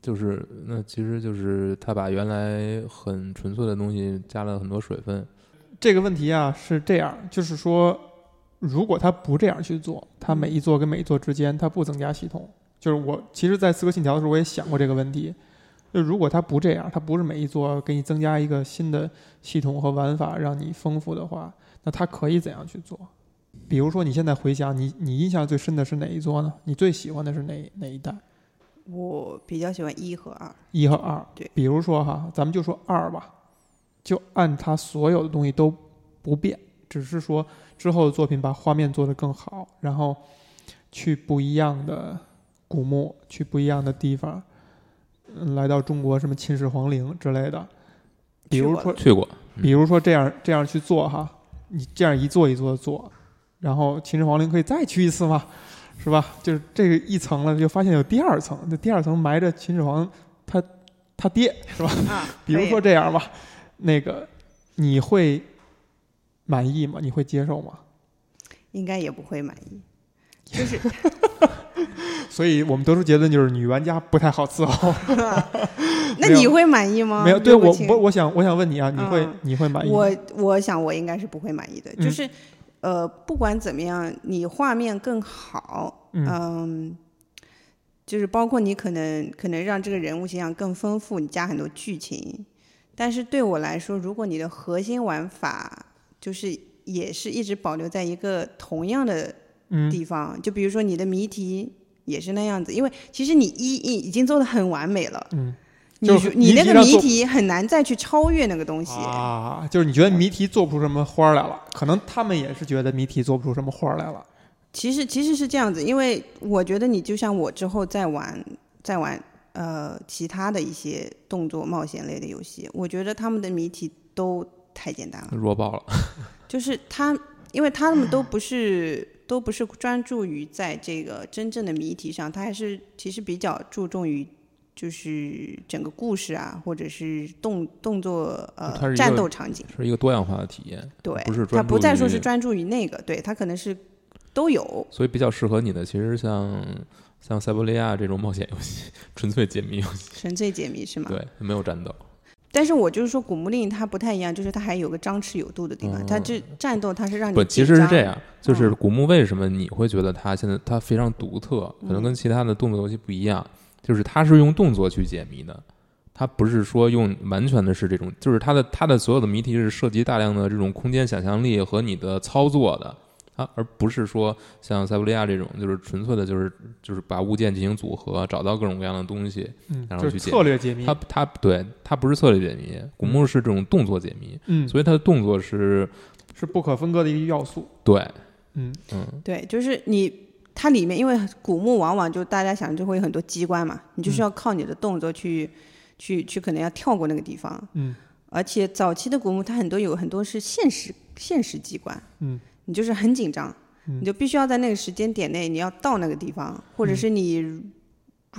就是那其实就是他把原来很纯粹的东西加了很多水分。
这个问题啊是这样，就是说，如果他不这样去做，他每一座跟每一座之间他不增加系统，就是我其实，在《刺客信条》的时候我也想过这个问题，就如果他不这样，他不是每一座给你增加一个新的系统和玩法让你丰富的话，那他可以怎样去做？比如说，你现在回想，你你印象最深的是哪一座呢？你最喜欢的是哪哪一代？
我比较喜欢一和二，
一和二。
对，
比如说哈，咱们就说二吧，就按它所有的东西都不变，只是说之后的作品把画面做得更好，然后去不一样的古墓，去不一样的地方，嗯，来到中国什么秦始皇陵之类的。比如
去过
说，
去过，
嗯
比如说这样这样去做哈，你这样一做一做的做，然后秦始皇陵可以再去一次嘛，是吧？就是这个一层了，就发现有第二层，那第二层埋着秦始皇他他爹是吧？
啊，
比如
可以
说这样吧，那个你会满意吗？你会接受吗？
应该也不会 满意，就是
所以我们得出结论就是女玩家不太好伺候。
那
没有
你会满意吗？
没有，对
刘国
我
庆
我我想我想问你啊，你会、
嗯
你会满意吗？
我我想我应该是不会满意的，
嗯
就是呃，不管怎么样，你画面更好，
嗯
就是包括你可能可能让这个人物形象更丰富，你加很多剧情。但是对我来说，如果你的核心玩法就是也是一直保留在一个同样的
嗯
地方，就比如说你的谜题也是那样子，因为其实你一已已经做的很完美了，
嗯
你
就是
你
谜
那
题
个
上
谜
做
题很难再去超越那个东西。
啊，就是你觉得谜题做不出什么花儿来了，可能他们也是觉得谜题做不出什么花儿来了。
其实其实是这样子，因为我觉得你就像我之后再玩再玩呃其他的一些动作冒险类的游戏，我觉得他们的谜题都太简单了，
弱爆了。
就是他因为他们都不是 都不是专注于在这个真正的谜题上，他还是其实比较注重于。就是整个故事啊，或者是动动作
它是一
呃
个
战斗场景，
是一个多样化的体验，
对，
不是
他
专注
不再说
于
是专注于那个，对他可能是都有，
所以比较适合你的其实像像塞伯利亚这种冒险游戏，纯粹解谜游戏，
纯粹解谜是吗？
对，没有战斗。
但是我就是说，古墓丽影它不太一样，就是它还有个张弛有度的地方，
嗯
它这战斗它是让你
不，其实是这
紧
样，就是古墓为什么你会觉得它现在它非常独特，可能跟其他的动作游戏不一样，就是它是用动作去解谜的，它不是说用完全的是这种，就是它的它的所有的谜题是涉及大量的这种空间想象力和你的操作的。它而不是说像塞伯利亚这种，就是纯粹的，就是就是把物件进行组合，找到各种各样的东西。
嗯，
然后
就是
去解
策略解谜
它。它对它不是策略解谜，古墓是这种动作解谜，
嗯，
所以它的动作是
是不可分割的一个要素。
对，
嗯
嗯，
张对，就是你它里面，因为古墓往往就大家想就会有很多机关嘛，
嗯
你就是要靠你的动作去、去去，可能要跳过那个地方。
嗯
而且早期的古墓它很多有很多是限时限时机关，
嗯，
你就是很紧张，
嗯
你就必须要在那个时间点内你要到那个地方，或者是你。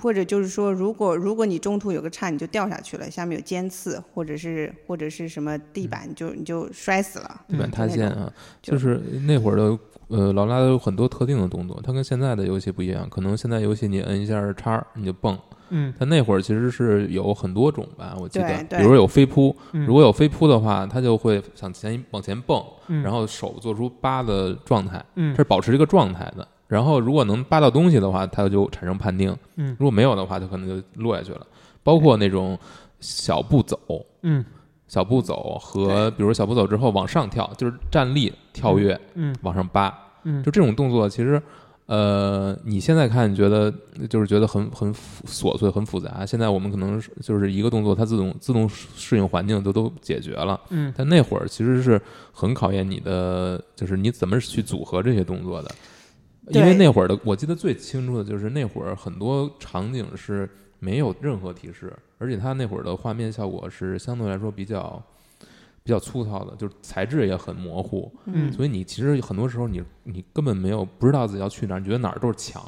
或者就是说，如果如果你中途有个岔，你就掉下去了，下面有尖刺，或者是或者是什么地板，你就你就摔死了。
地板
嗯
塌
就那
陷
种
啊，
就
就是那会儿的呃，劳拉有很多特定的动作，它跟现在的游戏不一样。可能现在游戏你摁一下叉儿你就蹦，
嗯
但那会儿其实是有很多种吧，我记
对
得，
对
比如有飞扑，
嗯
如果有飞扑的话，它就会向前往前蹦，
嗯
然后手做出八的状态，
嗯
它是保持这个状态的。然后如果能扒到东西的话，它就产生判定；
嗯
如果没有的话，它可能就落下去了。包括那种小步走、
嗯
小步走和比如小步走之后往上跳，就是站立、跳跃、
嗯
往上扒，
嗯，
就这种动作，其实，呃，你现在看觉得就是觉得很很复琐碎、很复杂。现在我们可能是就是一个动作，它自动自动适应环境都都解决了。
嗯
但那会儿其实是很考验你的，就是你怎么去组合这些动作的。因为
对
那会儿的，我记得最清楚的就是那会儿很多场景是没有任何提示，而且它那会儿的画面效果是相对来说比较比较粗糙的，就是材质也很模糊。
嗯
所以你其实很多时候你你根本没有不知道自己要去哪儿，你觉得哪儿都是墙，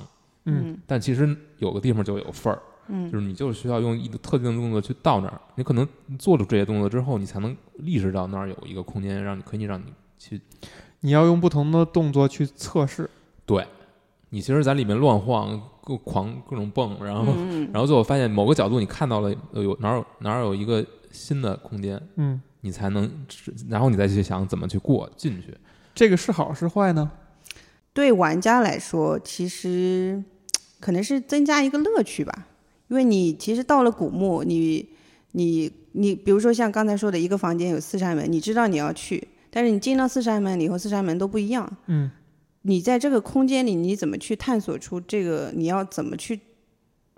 嗯
嗯
但其实有个地方就有缝儿，
嗯
就是你就需要用一个特定的动作去到那儿。你可能做了这些动作之后，你才能意识到那儿有一个空间，让你可以让你去。
你要用不同的动作去测试，
对，你其实在里面乱晃、各狂各种蹦，然后、
嗯
然后最后发现某个角度你看到了呃有哪儿有哪儿有一个新的空间，
嗯，
你才能，然后你再去想怎么去过进去。
这个是好是坏呢？
对玩家来说，其实可能是增加一个乐趣吧，因为你其实到了古墓，你你你，比如说像刚才说的一个房间有四扇门，你知道你要去，但是你进到四扇门以后，四扇门都不一样。
嗯，
你在这个空间里，你怎么去探索出这个？你要怎么去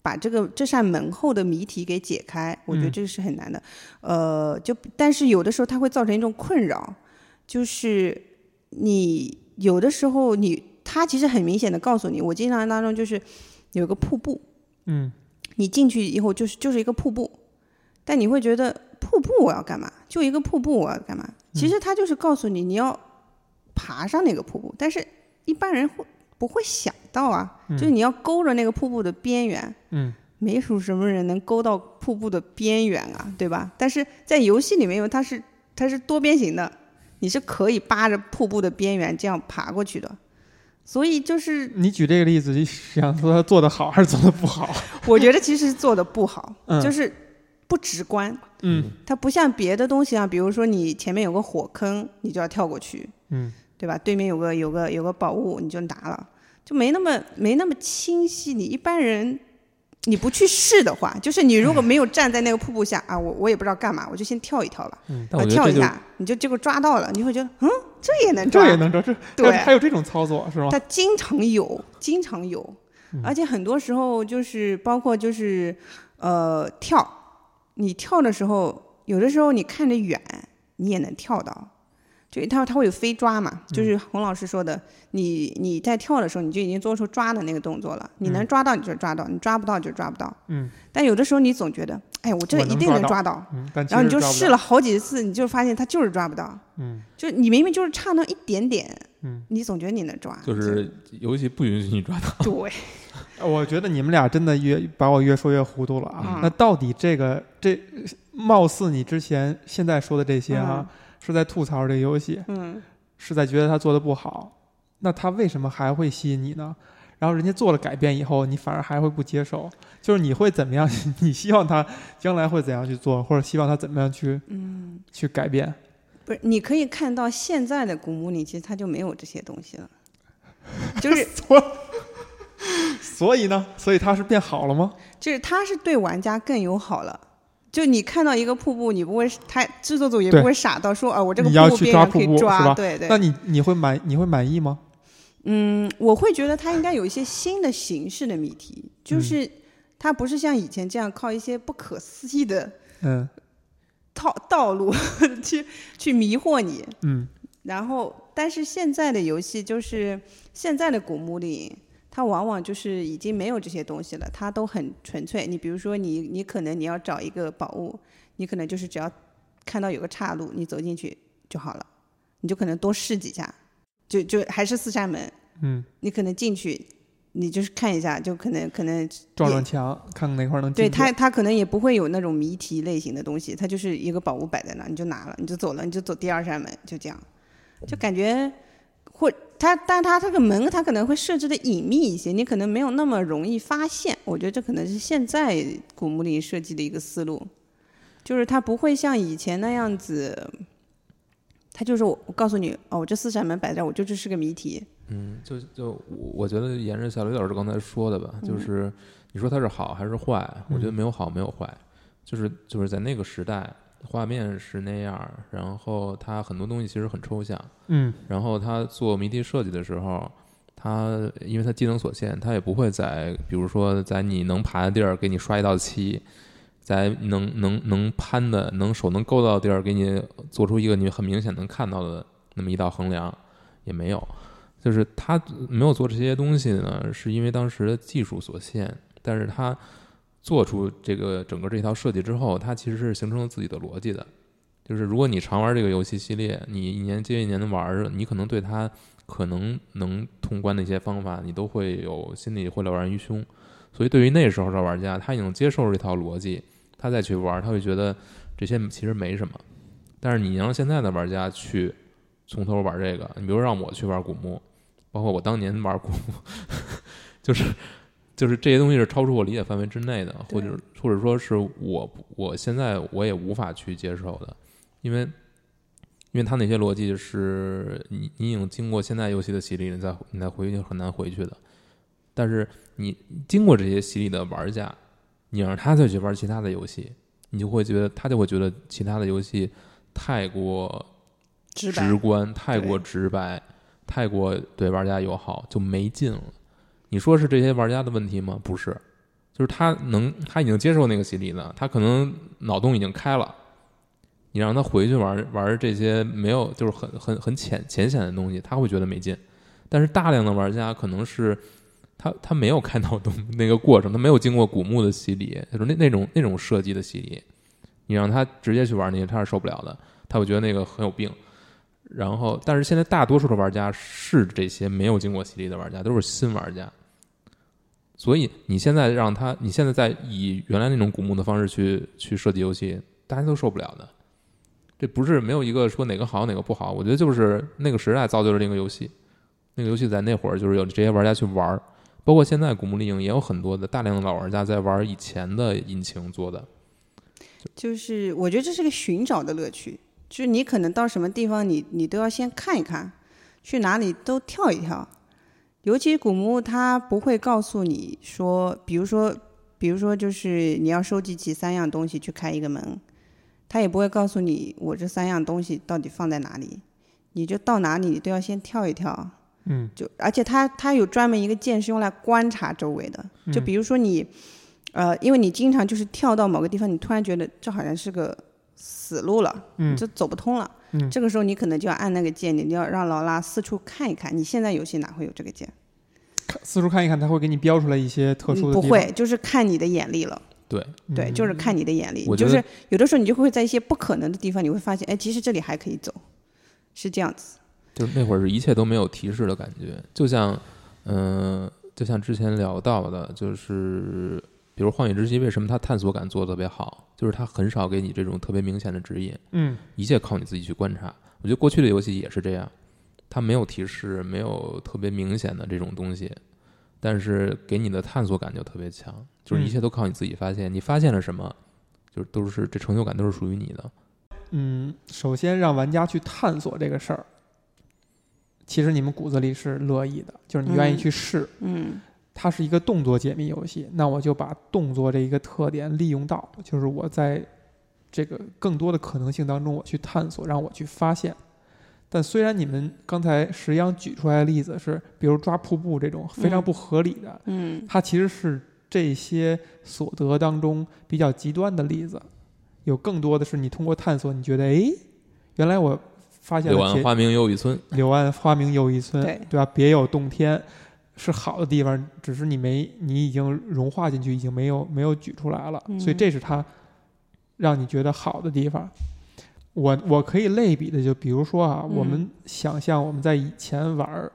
把这个这扇门后的谜题给解开？我觉得
嗯
这个是很难的。呃，就但是有的时候它会造成一种困扰，就是你有的时候你它其实很明显的告诉你，我经常当中就是有个瀑布，
嗯，
你进去以后就是就是一个瀑布，但你会觉得瀑布我要干嘛？就一个瀑布我要干
嗯
嘛？其实它就是告诉你你要爬上那个瀑布，但是一般人会不会想到啊？就是你要勾着那个瀑布的边缘，
嗯，
没有什么人能勾到瀑布的边缘啊，对吧？但是在游戏里面，因为它是它是多边形的，你是可以扒着瀑布的边缘这样爬过去的，所以就是
你举这个例子，你想说他做的好还是做的不好？
我觉得其实做的不好，
嗯
就是不直观。
嗯，
它不像别的东西啊，比如说你前面有个火坑，你就要跳过去，
嗯，
对吧？对面有个有个有个宝物，你就拿了，就没那么没那么清晰。你一般人你不去试的话，就是你如果没有站在那个瀑布下啊，我我也不知道干嘛，我就先跳一跳吧，
但我
啊
觉得
跳
这
一
就
下，你就结果抓到了，你会觉得嗯，这也能抓，
这也能这这
对
还有这种操作是吗？
它经常有，经常有，
嗯
而且很多时候就是包括就是呃跳，你跳的时候，有的时候你看着远，你也能跳到。就它它会有飞抓嘛，
嗯
就是洪老师说的，你你在跳的时候，你就已经做出抓的那个动作了，你能抓到你就抓到，你抓不到就抓不到。
嗯，
但有的时候你总觉得，哎，我这
我
一
能
定
抓
能
到
抓到，
嗯，但其实
然后你就
抓不
试
到，
了好几次，你就发现它就是抓不到。
嗯，
就你明明就是差那么一点点，
嗯，
你总觉得你能抓，
就是游戏不允许你抓到。
对，
我觉得你们俩真的越把我越说越糊涂了啊！
嗯
那到底这个这，貌似你之前现在说的这些啊，是在吐槽这个游戏，
嗯，
是在觉得他做的不好，那他为什么还会吸引你呢？然后人家做了改变以后，你反而还会不接受，就是你会怎么样？ 你希望他将来会怎样去做，或者希望他怎么样去，嗯，去改变？
不是，你可以看到现在的古墓里，其实它就没有这些东西了，就是
所以呢，所以他是变好了吗？
就是它是对玩家更友好了。就你看到一个瀑布，你不会，它制作组也
对
不会傻到说啊，我这个
你要
瀑布
去抓
边缘可
瀑
以
布是吧
抓，对对
那。你你会满你会满意吗？
嗯，我会觉得它应该有一些新的形式的谜题，
嗯
就是它不是像以前这样靠一些不可思议的
嗯
套道路 去去迷惑你。
嗯
然后，但是现在的游戏就是现在的古墓丽影，它往往就是已经没有这些东西了，它都很纯粹。你比如说你，你可能你要找一个宝物，你可能就是只要看到有个岔路，你走进去就好了，你就可能多试几下，就就还是四扇门，
嗯，
你可能进去，你就是看一下，就可能可能
撞撞墙，看看哪块儿能进
对
去。
它，它可能也不会有那种谜题类型的东西，它就是一个宝物摆在那，你就拿了，你就走了，你就走第二扇门，就这样，就感觉或它，但它这个门它可能会设置的隐秘一些，你可能没有那么容易发现。我觉得这可能是现在古墓丽影设计的一个思路，就是它不会像以前那样子，它就是我我告诉你哦，我这四扇门摆在这儿，我就这是个谜题，
嗯，就就我我觉得沿着小刘老师刚才说的吧，
嗯
就是你说它是好还是坏，我觉得没有好没有坏，就是就是在那个时代，画面是那样儿，然后它很多东西其实很抽象，
嗯
然后他做谜题设计的时候，他因为他技能所限，他也不会在比如说在你能爬的地儿给你刷一道漆，在能能能攀的能手能够到的地儿给你做出一个你很明显能看到的那么一道横梁，也没有。就是他没有做这些东西呢，是因为当时的技术所限，但是他做出这个整个这套设计之后，它其实是形成了自己的逻辑的。就是如果你常玩这个游戏系列，你一年接一年的玩儿，你可能对它可能能通关的一些方法，你都会有心里会了然于胸。所以对于那时候的玩家，他已经接受这套逻辑，他再去玩儿，他会觉得这些其实没什么。但是你让现在的玩家去从头玩这个，你比如让我去玩古墓，包括我当年玩古墓， 就是就是这些东西是超出我理解范围之内的，或者或者说是我不我现在我也无法去接受的，因为因为它那些逻辑是你你已经经过现在游戏的洗礼，你再你再回去很难回去的。但是你经过这些洗礼的玩家，你让他再去玩其他的游戏，你就会觉得他就会觉得其他的游戏太过
直白
直观，太过
对
直白，太过对玩家友好，就没劲了。你说是这些玩家的问题吗？不是，就是他能，他已经接受那个洗礼了，他可能脑洞已经开了。你让他回去玩玩这些没有，就是很很很浅浅显的东西，他会觉得没劲。但是大量的玩家可能是他他没有开脑洞那个过程，他没有经过古墓的洗礼，就是那那种那种设计的洗礼，你让他直接去玩那些，他是受不了的，他会觉得那个很有病。然后，但是现在大多数的玩家是这些没有经过洗礼的玩家，都是新玩家。所以你现在让他，你现在在以原来那种古墓的方式去去设计游戏，大家都受不了的。这不是没有一个说哪个好哪个不好，我觉得就是那个时代造就了那个游戏，那个游戏在那会儿就是有这些玩家去玩儿，包括现在古墓丽影也有很多的大量的老玩家在玩以前的引擎做的，
就是我觉得这是个寻找的乐趣，就是你可能到什么地方你，你都要先看一看，去哪里都跳一跳。尤其古墓，它不会告诉你说，比如说，比如说，就是你要收集齐三样东西去开一个门，它也不会告诉你我这三样东西到底放在哪里，你就到哪里你都要先跳一跳，
嗯
就而且它它有专门一个键是用来观察周围的，就比如说你，呃，因为你经常就是跳到某个地方，你突然觉得这好像是个死路了，
嗯
这走不通了，
嗯
这个时候你可能就要按那个键，你就要让劳拉四处看一看，你现在游戏哪会有这个键？
看四处看一看，他会给你标出来一些特殊的
嗯不
地方嗯
会，就是看你的眼力了，
对，
对，就是看你的眼力，
我觉
就
得
是有的时候你就会在一些不可能的地方，你会发现，哎，其实这里还可以走，是这样子。
就是那会儿是一切都没有提示的感觉，就像，嗯、就像之前聊到的，就是比如《荒野之息》，为什么它探索感做的特别好，就是它很少给你这种特别明显的指引，
嗯
一切靠你自己去观察。我觉得过去的游戏也是这样，它没有提示，没有特别明显的这种东西，但是给你的探索感就特别强，就是
嗯
一切都靠你自己发现，你发现了什么，就是都是这成就感都是属于你的。
嗯，首先让玩家去探索这个事儿，其实你们骨子里是乐意的，就是你愿意
嗯
去试。
嗯
它是一个动作解密游戏，那我就把动作这一个特点利用到，就是我在这个更多的可能性当中，我去探索，让我去发现。但虽然你们刚才石央举出来的例子是，比如抓瀑布这种非常
嗯
不合理的，
嗯，
它其实是这些所得当中比较极端的例子，有更多的是你通过探索，你觉得诶，原来我发现
柳
了
暗
解
啊花明又一村，
柳暗花明又一村，
对
吧？别有洞天是好的地方，只是你没你已经融化进去，已经没有没有举出来了，
嗯
所以这是它让你觉得好的地方。我我可以类比的，就比如说啊，
嗯
我们想象我们在以前玩儿，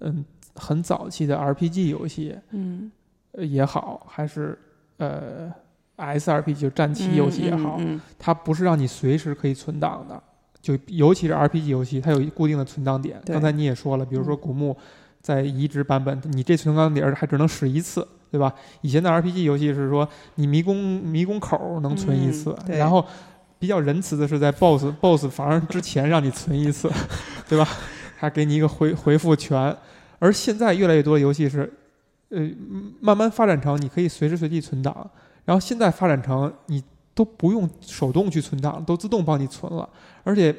嗯，很早期的 RPG 游戏
嗯，
呃也好，还是呃 SRPG 就战棋游戏也好，
嗯嗯
它不是让你随时可以存档的，就尤其是 RPG 游戏，它有一固定的存档点。
对嗯
刚才你也说了，比如说古墓在移植版本，你这存档点儿还只能使一次，对吧？以前的 RPG 游戏是说你迷宫迷宫口儿能存一次，
嗯对
然 后比较仁慈的是在 BOSS BOSS 房之前让你存一次，对吧？他给你一个回回复权。而现在越来越多的游戏是，呃，慢慢发展成你可以随时随地存档，然后现在发展成你都不用手动去存档，都自动帮你存了。而且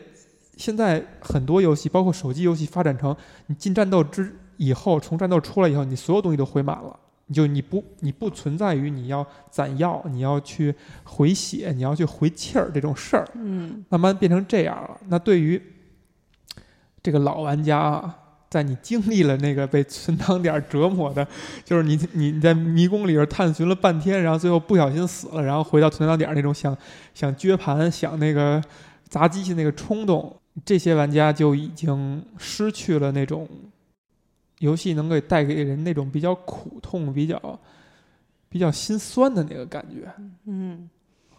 现在很多游戏，包括手机游戏，发展成你进战斗之以后，从战斗出来以后，你所有东西都回满了。你就你不你不存在于你要攒药，你要去回血，你要去回气儿这种事儿，
嗯
慢慢变成这样了。那对于这个老玩家啊，在你经历了那个被存档点儿折磨的， 就是你你你在迷宫里边探寻了半天，然后最后不小心死了，然后回到存档点儿那种想想撅盘、想那个砸机器那个冲动，这些玩家就已经失去了那种游戏能给带给人那种比较苦痛、比较比较心酸的那个感觉。
嗯，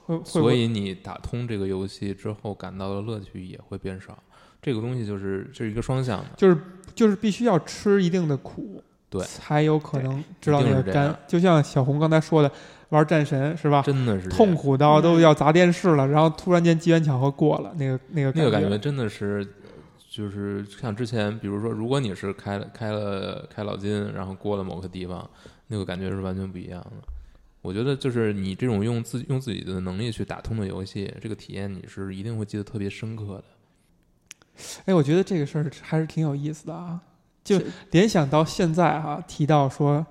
会会不
所
会
以你打通这个游戏之后感到的乐趣也会变少。这个东西就是这是一个双向的，
就是就是必须要吃一定的苦，
对
才有可能知道
一定
那
是
个
这
甘
样。
就像小红刚才说的，玩战神是吧？
真的是这样
痛苦到都要砸电视了，然后突然间机缘巧合过了，那个那个
那个
感
感觉真的是，就是像之前，比如说，如果你是开了开了开老金，然后过了某个地方，那个感觉是完全不一样的。我觉得就是你这种用自用自己的能力去打通的游戏，这个体验你是一定会记得特别深刻的。
哎，我觉得这个事儿还是挺有意思的啊。就联想到现在哈、提到说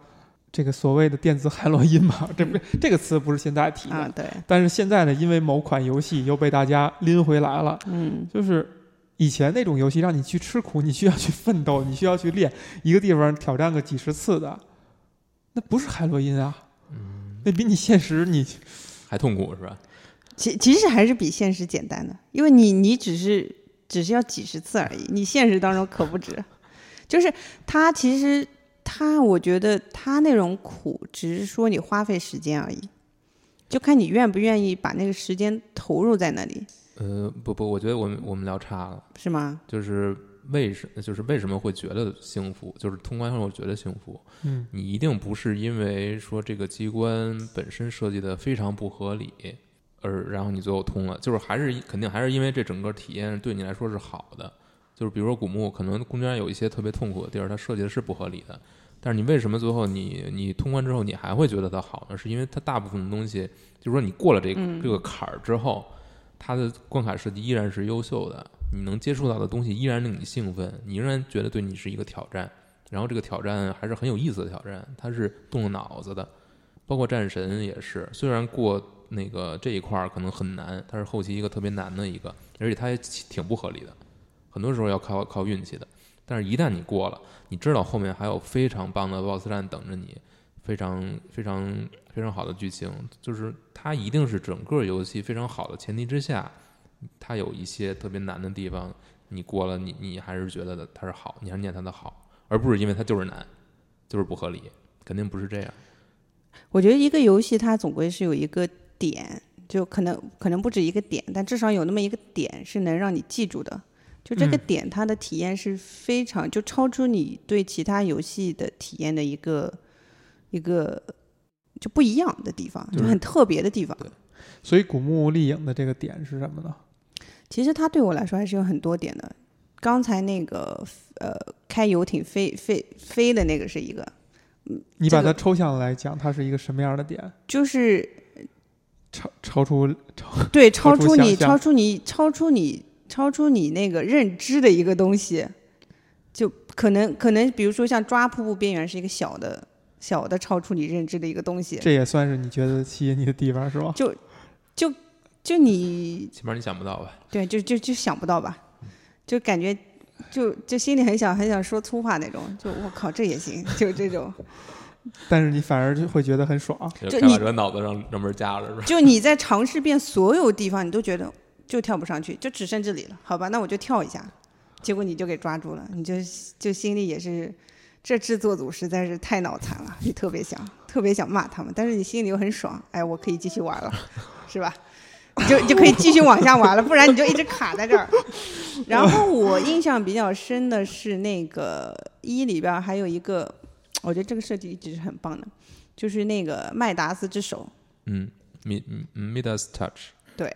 这个所谓的电子海洛因嘛，这不这个词不是现在提的，
啊对，
但是现在呢，因为某款游戏又被大家拎回来了，
嗯
就是以前那种游戏让你去吃苦，你需要去奋斗，你需要去练一个地方挑战个几十次的，那不是海洛因啊，
嗯
那比你现实你
还痛苦是吧？
其其实还是比现实简单的，因为你你只是只是要几十次而已，你现实当中可不止。就是他其实他，我觉得他那种苦，只是说你花费时间而已，就看你愿不愿意把那个时间投入在那里，
呃，不不，我觉得我们我们聊差了，
是吗？
就是为什就是为什么会觉得幸福，就是通关后觉得幸福，
嗯
你一定不是因为说这个机关本身设计的非常不合理，而然后你最后通了，就是还是肯定还是因为这整个体验对你来说是好的。就是比如说古墓，可能中间有一些特别痛苦的地儿，它设计的是不合理的，但是你为什么最后你你通关之后你还会觉得它好呢？是因为它大部分的东西，就是说你过了这个、这个坎儿之后，它的关卡设计依然是优秀的，你能接触到的东西依然令你兴奋，你仍然觉得对你是一个挑战。然后这个挑战还是很有意思的挑战，它是动了脑子的，包括战神也是，虽然过那个这一块儿可能很难，它是后期一个特别难的一个，而且它也挺不合理的，很多时候要靠靠运气的。但是，一旦你过了，你知道后面还有非常棒的 BOSS 战等着你，非常非常非常好的剧情，就是它一定是整个游戏非常好的前提之下，它有一些特别难的地方，你过了，你你还是觉得的它是好，你还是念它的好。而不是因为它就是难，就是不合理，肯定不是这样。
我觉得一个游戏它总归是有一个点，就可能可能不止一个点，但至少有那么一个点是能让你记住的。就这个
嗯
点，它的体验是非常、就超出你对其他游戏的体验的一个一个就不一样的地方，
对
就很特别的地方。
所以古墓丽影的这个点是什么呢？
其实它对我来说还是有很多点的。刚才那个呃，开游艇飞飞飞的那个是一个，
你把
这
它
个
抽象来讲，它是一个什么样的点？
就是
超超出
对，
超
超
出
出
想
你、
象
超出你、超出你、超出你那个认知的一个东西，就可能可能，比如说像抓瀑布边缘是一个小的、小的超出你认知的一个东西，
这也算是你觉得吸引你的地方是吧？
就你
起码你想不到吧？
对，就就就想不到吧，就感觉就就心里很想很想说粗话那种，就我靠，这也行，就这种。
但是你反而就会觉得很爽。
就
开
你
发者脑子让让门夹了是吧？
就你在尝试遍所有地方，你都觉得就跳不上去，就只剩这里了，好吧，那我就跳一下，结果你就给抓住了，你就就心里也是，这制作组实在是太脑残了，你特别想特别想骂他们，但是你心里又很爽，哎，我可以继续玩了， 是吧？你就你就可以继续往下玩了，不然你就一直卡在这儿。然后我印象比较深的是那个一里边儿还有一个，我觉得这个设计一直是很棒的，就是那个麦达斯之手，
嗯嗯，Mid 嗯 Midas Touch，
对，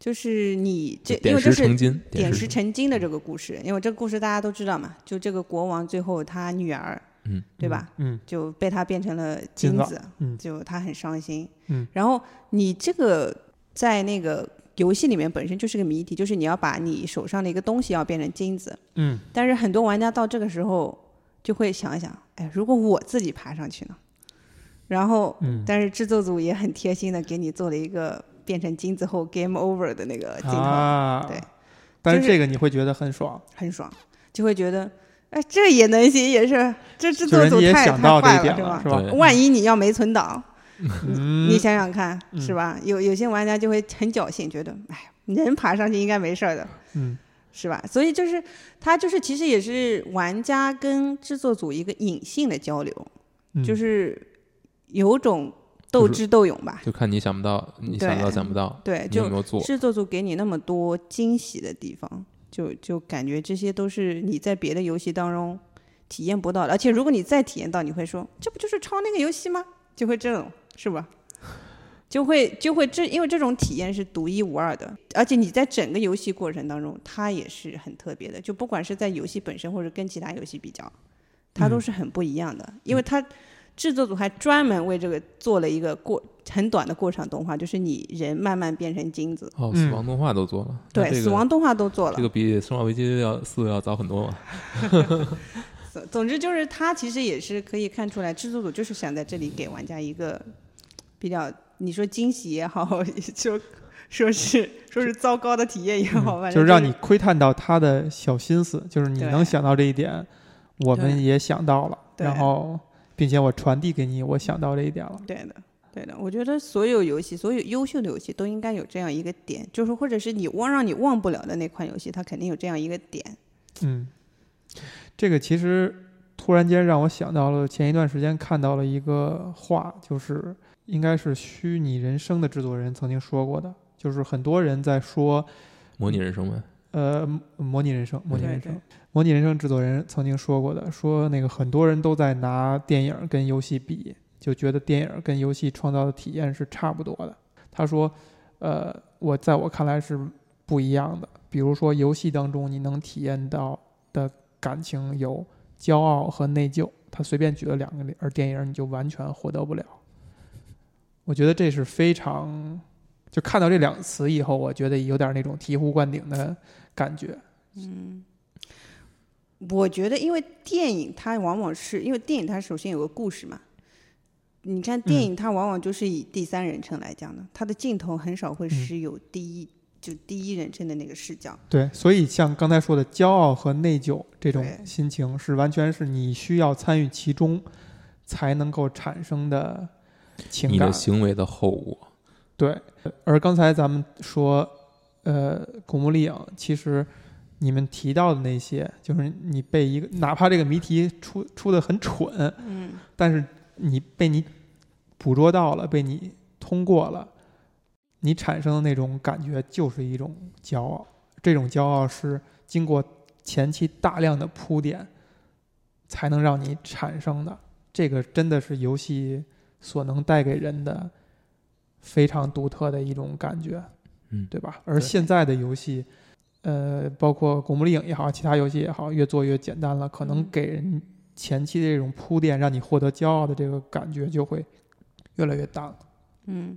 就是你这，因
点
为这
石
是
成金，
点石
石
成金的这个故事，因为这个故事大家都知道嘛，就这个国王最后他女儿，
嗯，
对吧？？
嗯
就被他变成了
金
金
子
子，
嗯
就他很伤心，
嗯。
然后你这个在那个游戏里面本身就是个谜题，就是你要把你手上的一个东西要变成金子，
嗯，
但是很多玩家到这个时候就会想一想，哎，如果我自己爬上去呢？然后，
嗯
但是制作组也很贴心的给你做了一个变成金子后 game over 的那个呃镜头，
啊，
对。
但
就是
这个你会觉得很爽，
很爽，就会觉得，哎，这也能行，也是这制
就
作
人家
组
也
太
想到这
太坏
一点
是吧
是？吧？
对
万一你要没存档，
嗯，
你想想看，
嗯
是吧？有有些玩家就会很侥幸，觉得哎，能爬上去应该没事儿的，
嗯
是吧？所以就是它就是其实也是玩家跟制作组一个隐性的交流，
嗯
就是有种斗
就是
智斗勇吧。
就看你想不到，你
对
想到想不到，
对，
你有
就
没有做？
制作组给你那么多惊喜的地方，就就感觉这些都是你在别的游戏当中体验不到的。而且如果你再体验到，你会说这不就是抄那个游戏吗？就会这种是吧？就会就会这，因为这种体验是独一无二的，而且你在整个游戏过程当中，它也是很特别的。就不管是在游戏本身，或者跟其他游戏比较，它
嗯
都是很不一样的。因为它制作组还专门为这个做了一个过很短的过场动画，就是你人慢慢变成金子，
哦，
嗯
死亡动画都做了，那
对，
这个
死亡动画都做了。
这个比《生化危机》要四要早很多嘛？
总总之就是，它其实也是可以看出来，制作组就是想在这里给玩家一个比较，你说惊喜也好， 就说是说是糟糕的体验也好，反正
嗯就是让你窥探到他的小心思，就是你
对
能想到这一点，我们
对
也想到了，
对
然后并且我传递给你，我想到这一点了。
对的，对的。我觉得所有游戏，所有优秀的游戏都应该有这样一个点，就是或者是你忘让你忘不了的那款游戏，它肯定有这样一个点。
嗯，这个其实突然间让我想到了前一段时间看到了一个话，就是应该是《虚拟人生》的制作人曾经说过的，就是很多人在说，
模拟人生呗，
呃，模模拟人生，模拟
对
人
对
生，模拟人生制作人曾经说过的，说那个很多人都在拿电影跟游戏比，就觉得电影跟游戏创造的体验是差不多的。他说，呃，我在我看来是不一样的。比如说，游戏当中你能体验到的感情有骄傲和内疚，他随便举了两个例，而电影你就完全获得不了。我觉得这是非常，就看到这两个词以后，我觉得有点那种醍醐灌顶的感觉。
我觉得，因为电影它往往是因为电影它首先有个故事嘛。你看电影，它往往就是以第三人称来讲的，它的镜头很少会是有第一、就第一人称的那个视角。
对，所以像刚才说的，骄傲和内疚这种
对
心情是完全是你需要参与其中才能够产生的情
你
感
的。行为的后果。
对，而刚才咱们说，呃，古墓丽影，其实你们提到的那些，就是你被一个，哪怕这个谜题出出的很蠢，
嗯，
但是你被你捕捉到了，被你通过了，你产生的那种感觉就是一种骄傲。这种骄傲是经过前期大量的铺垫，才能让你产生的。这个真的是游戏所能带给人的非常独特的一种感觉，
嗯
对吧？而现在的游戏，呃，包括《古墓丽影》也好，其他游戏也好，越做越简单了，可能
嗯
给人前期的这种铺垫，让你获得骄傲的这个感觉就会越来越淡了。
嗯，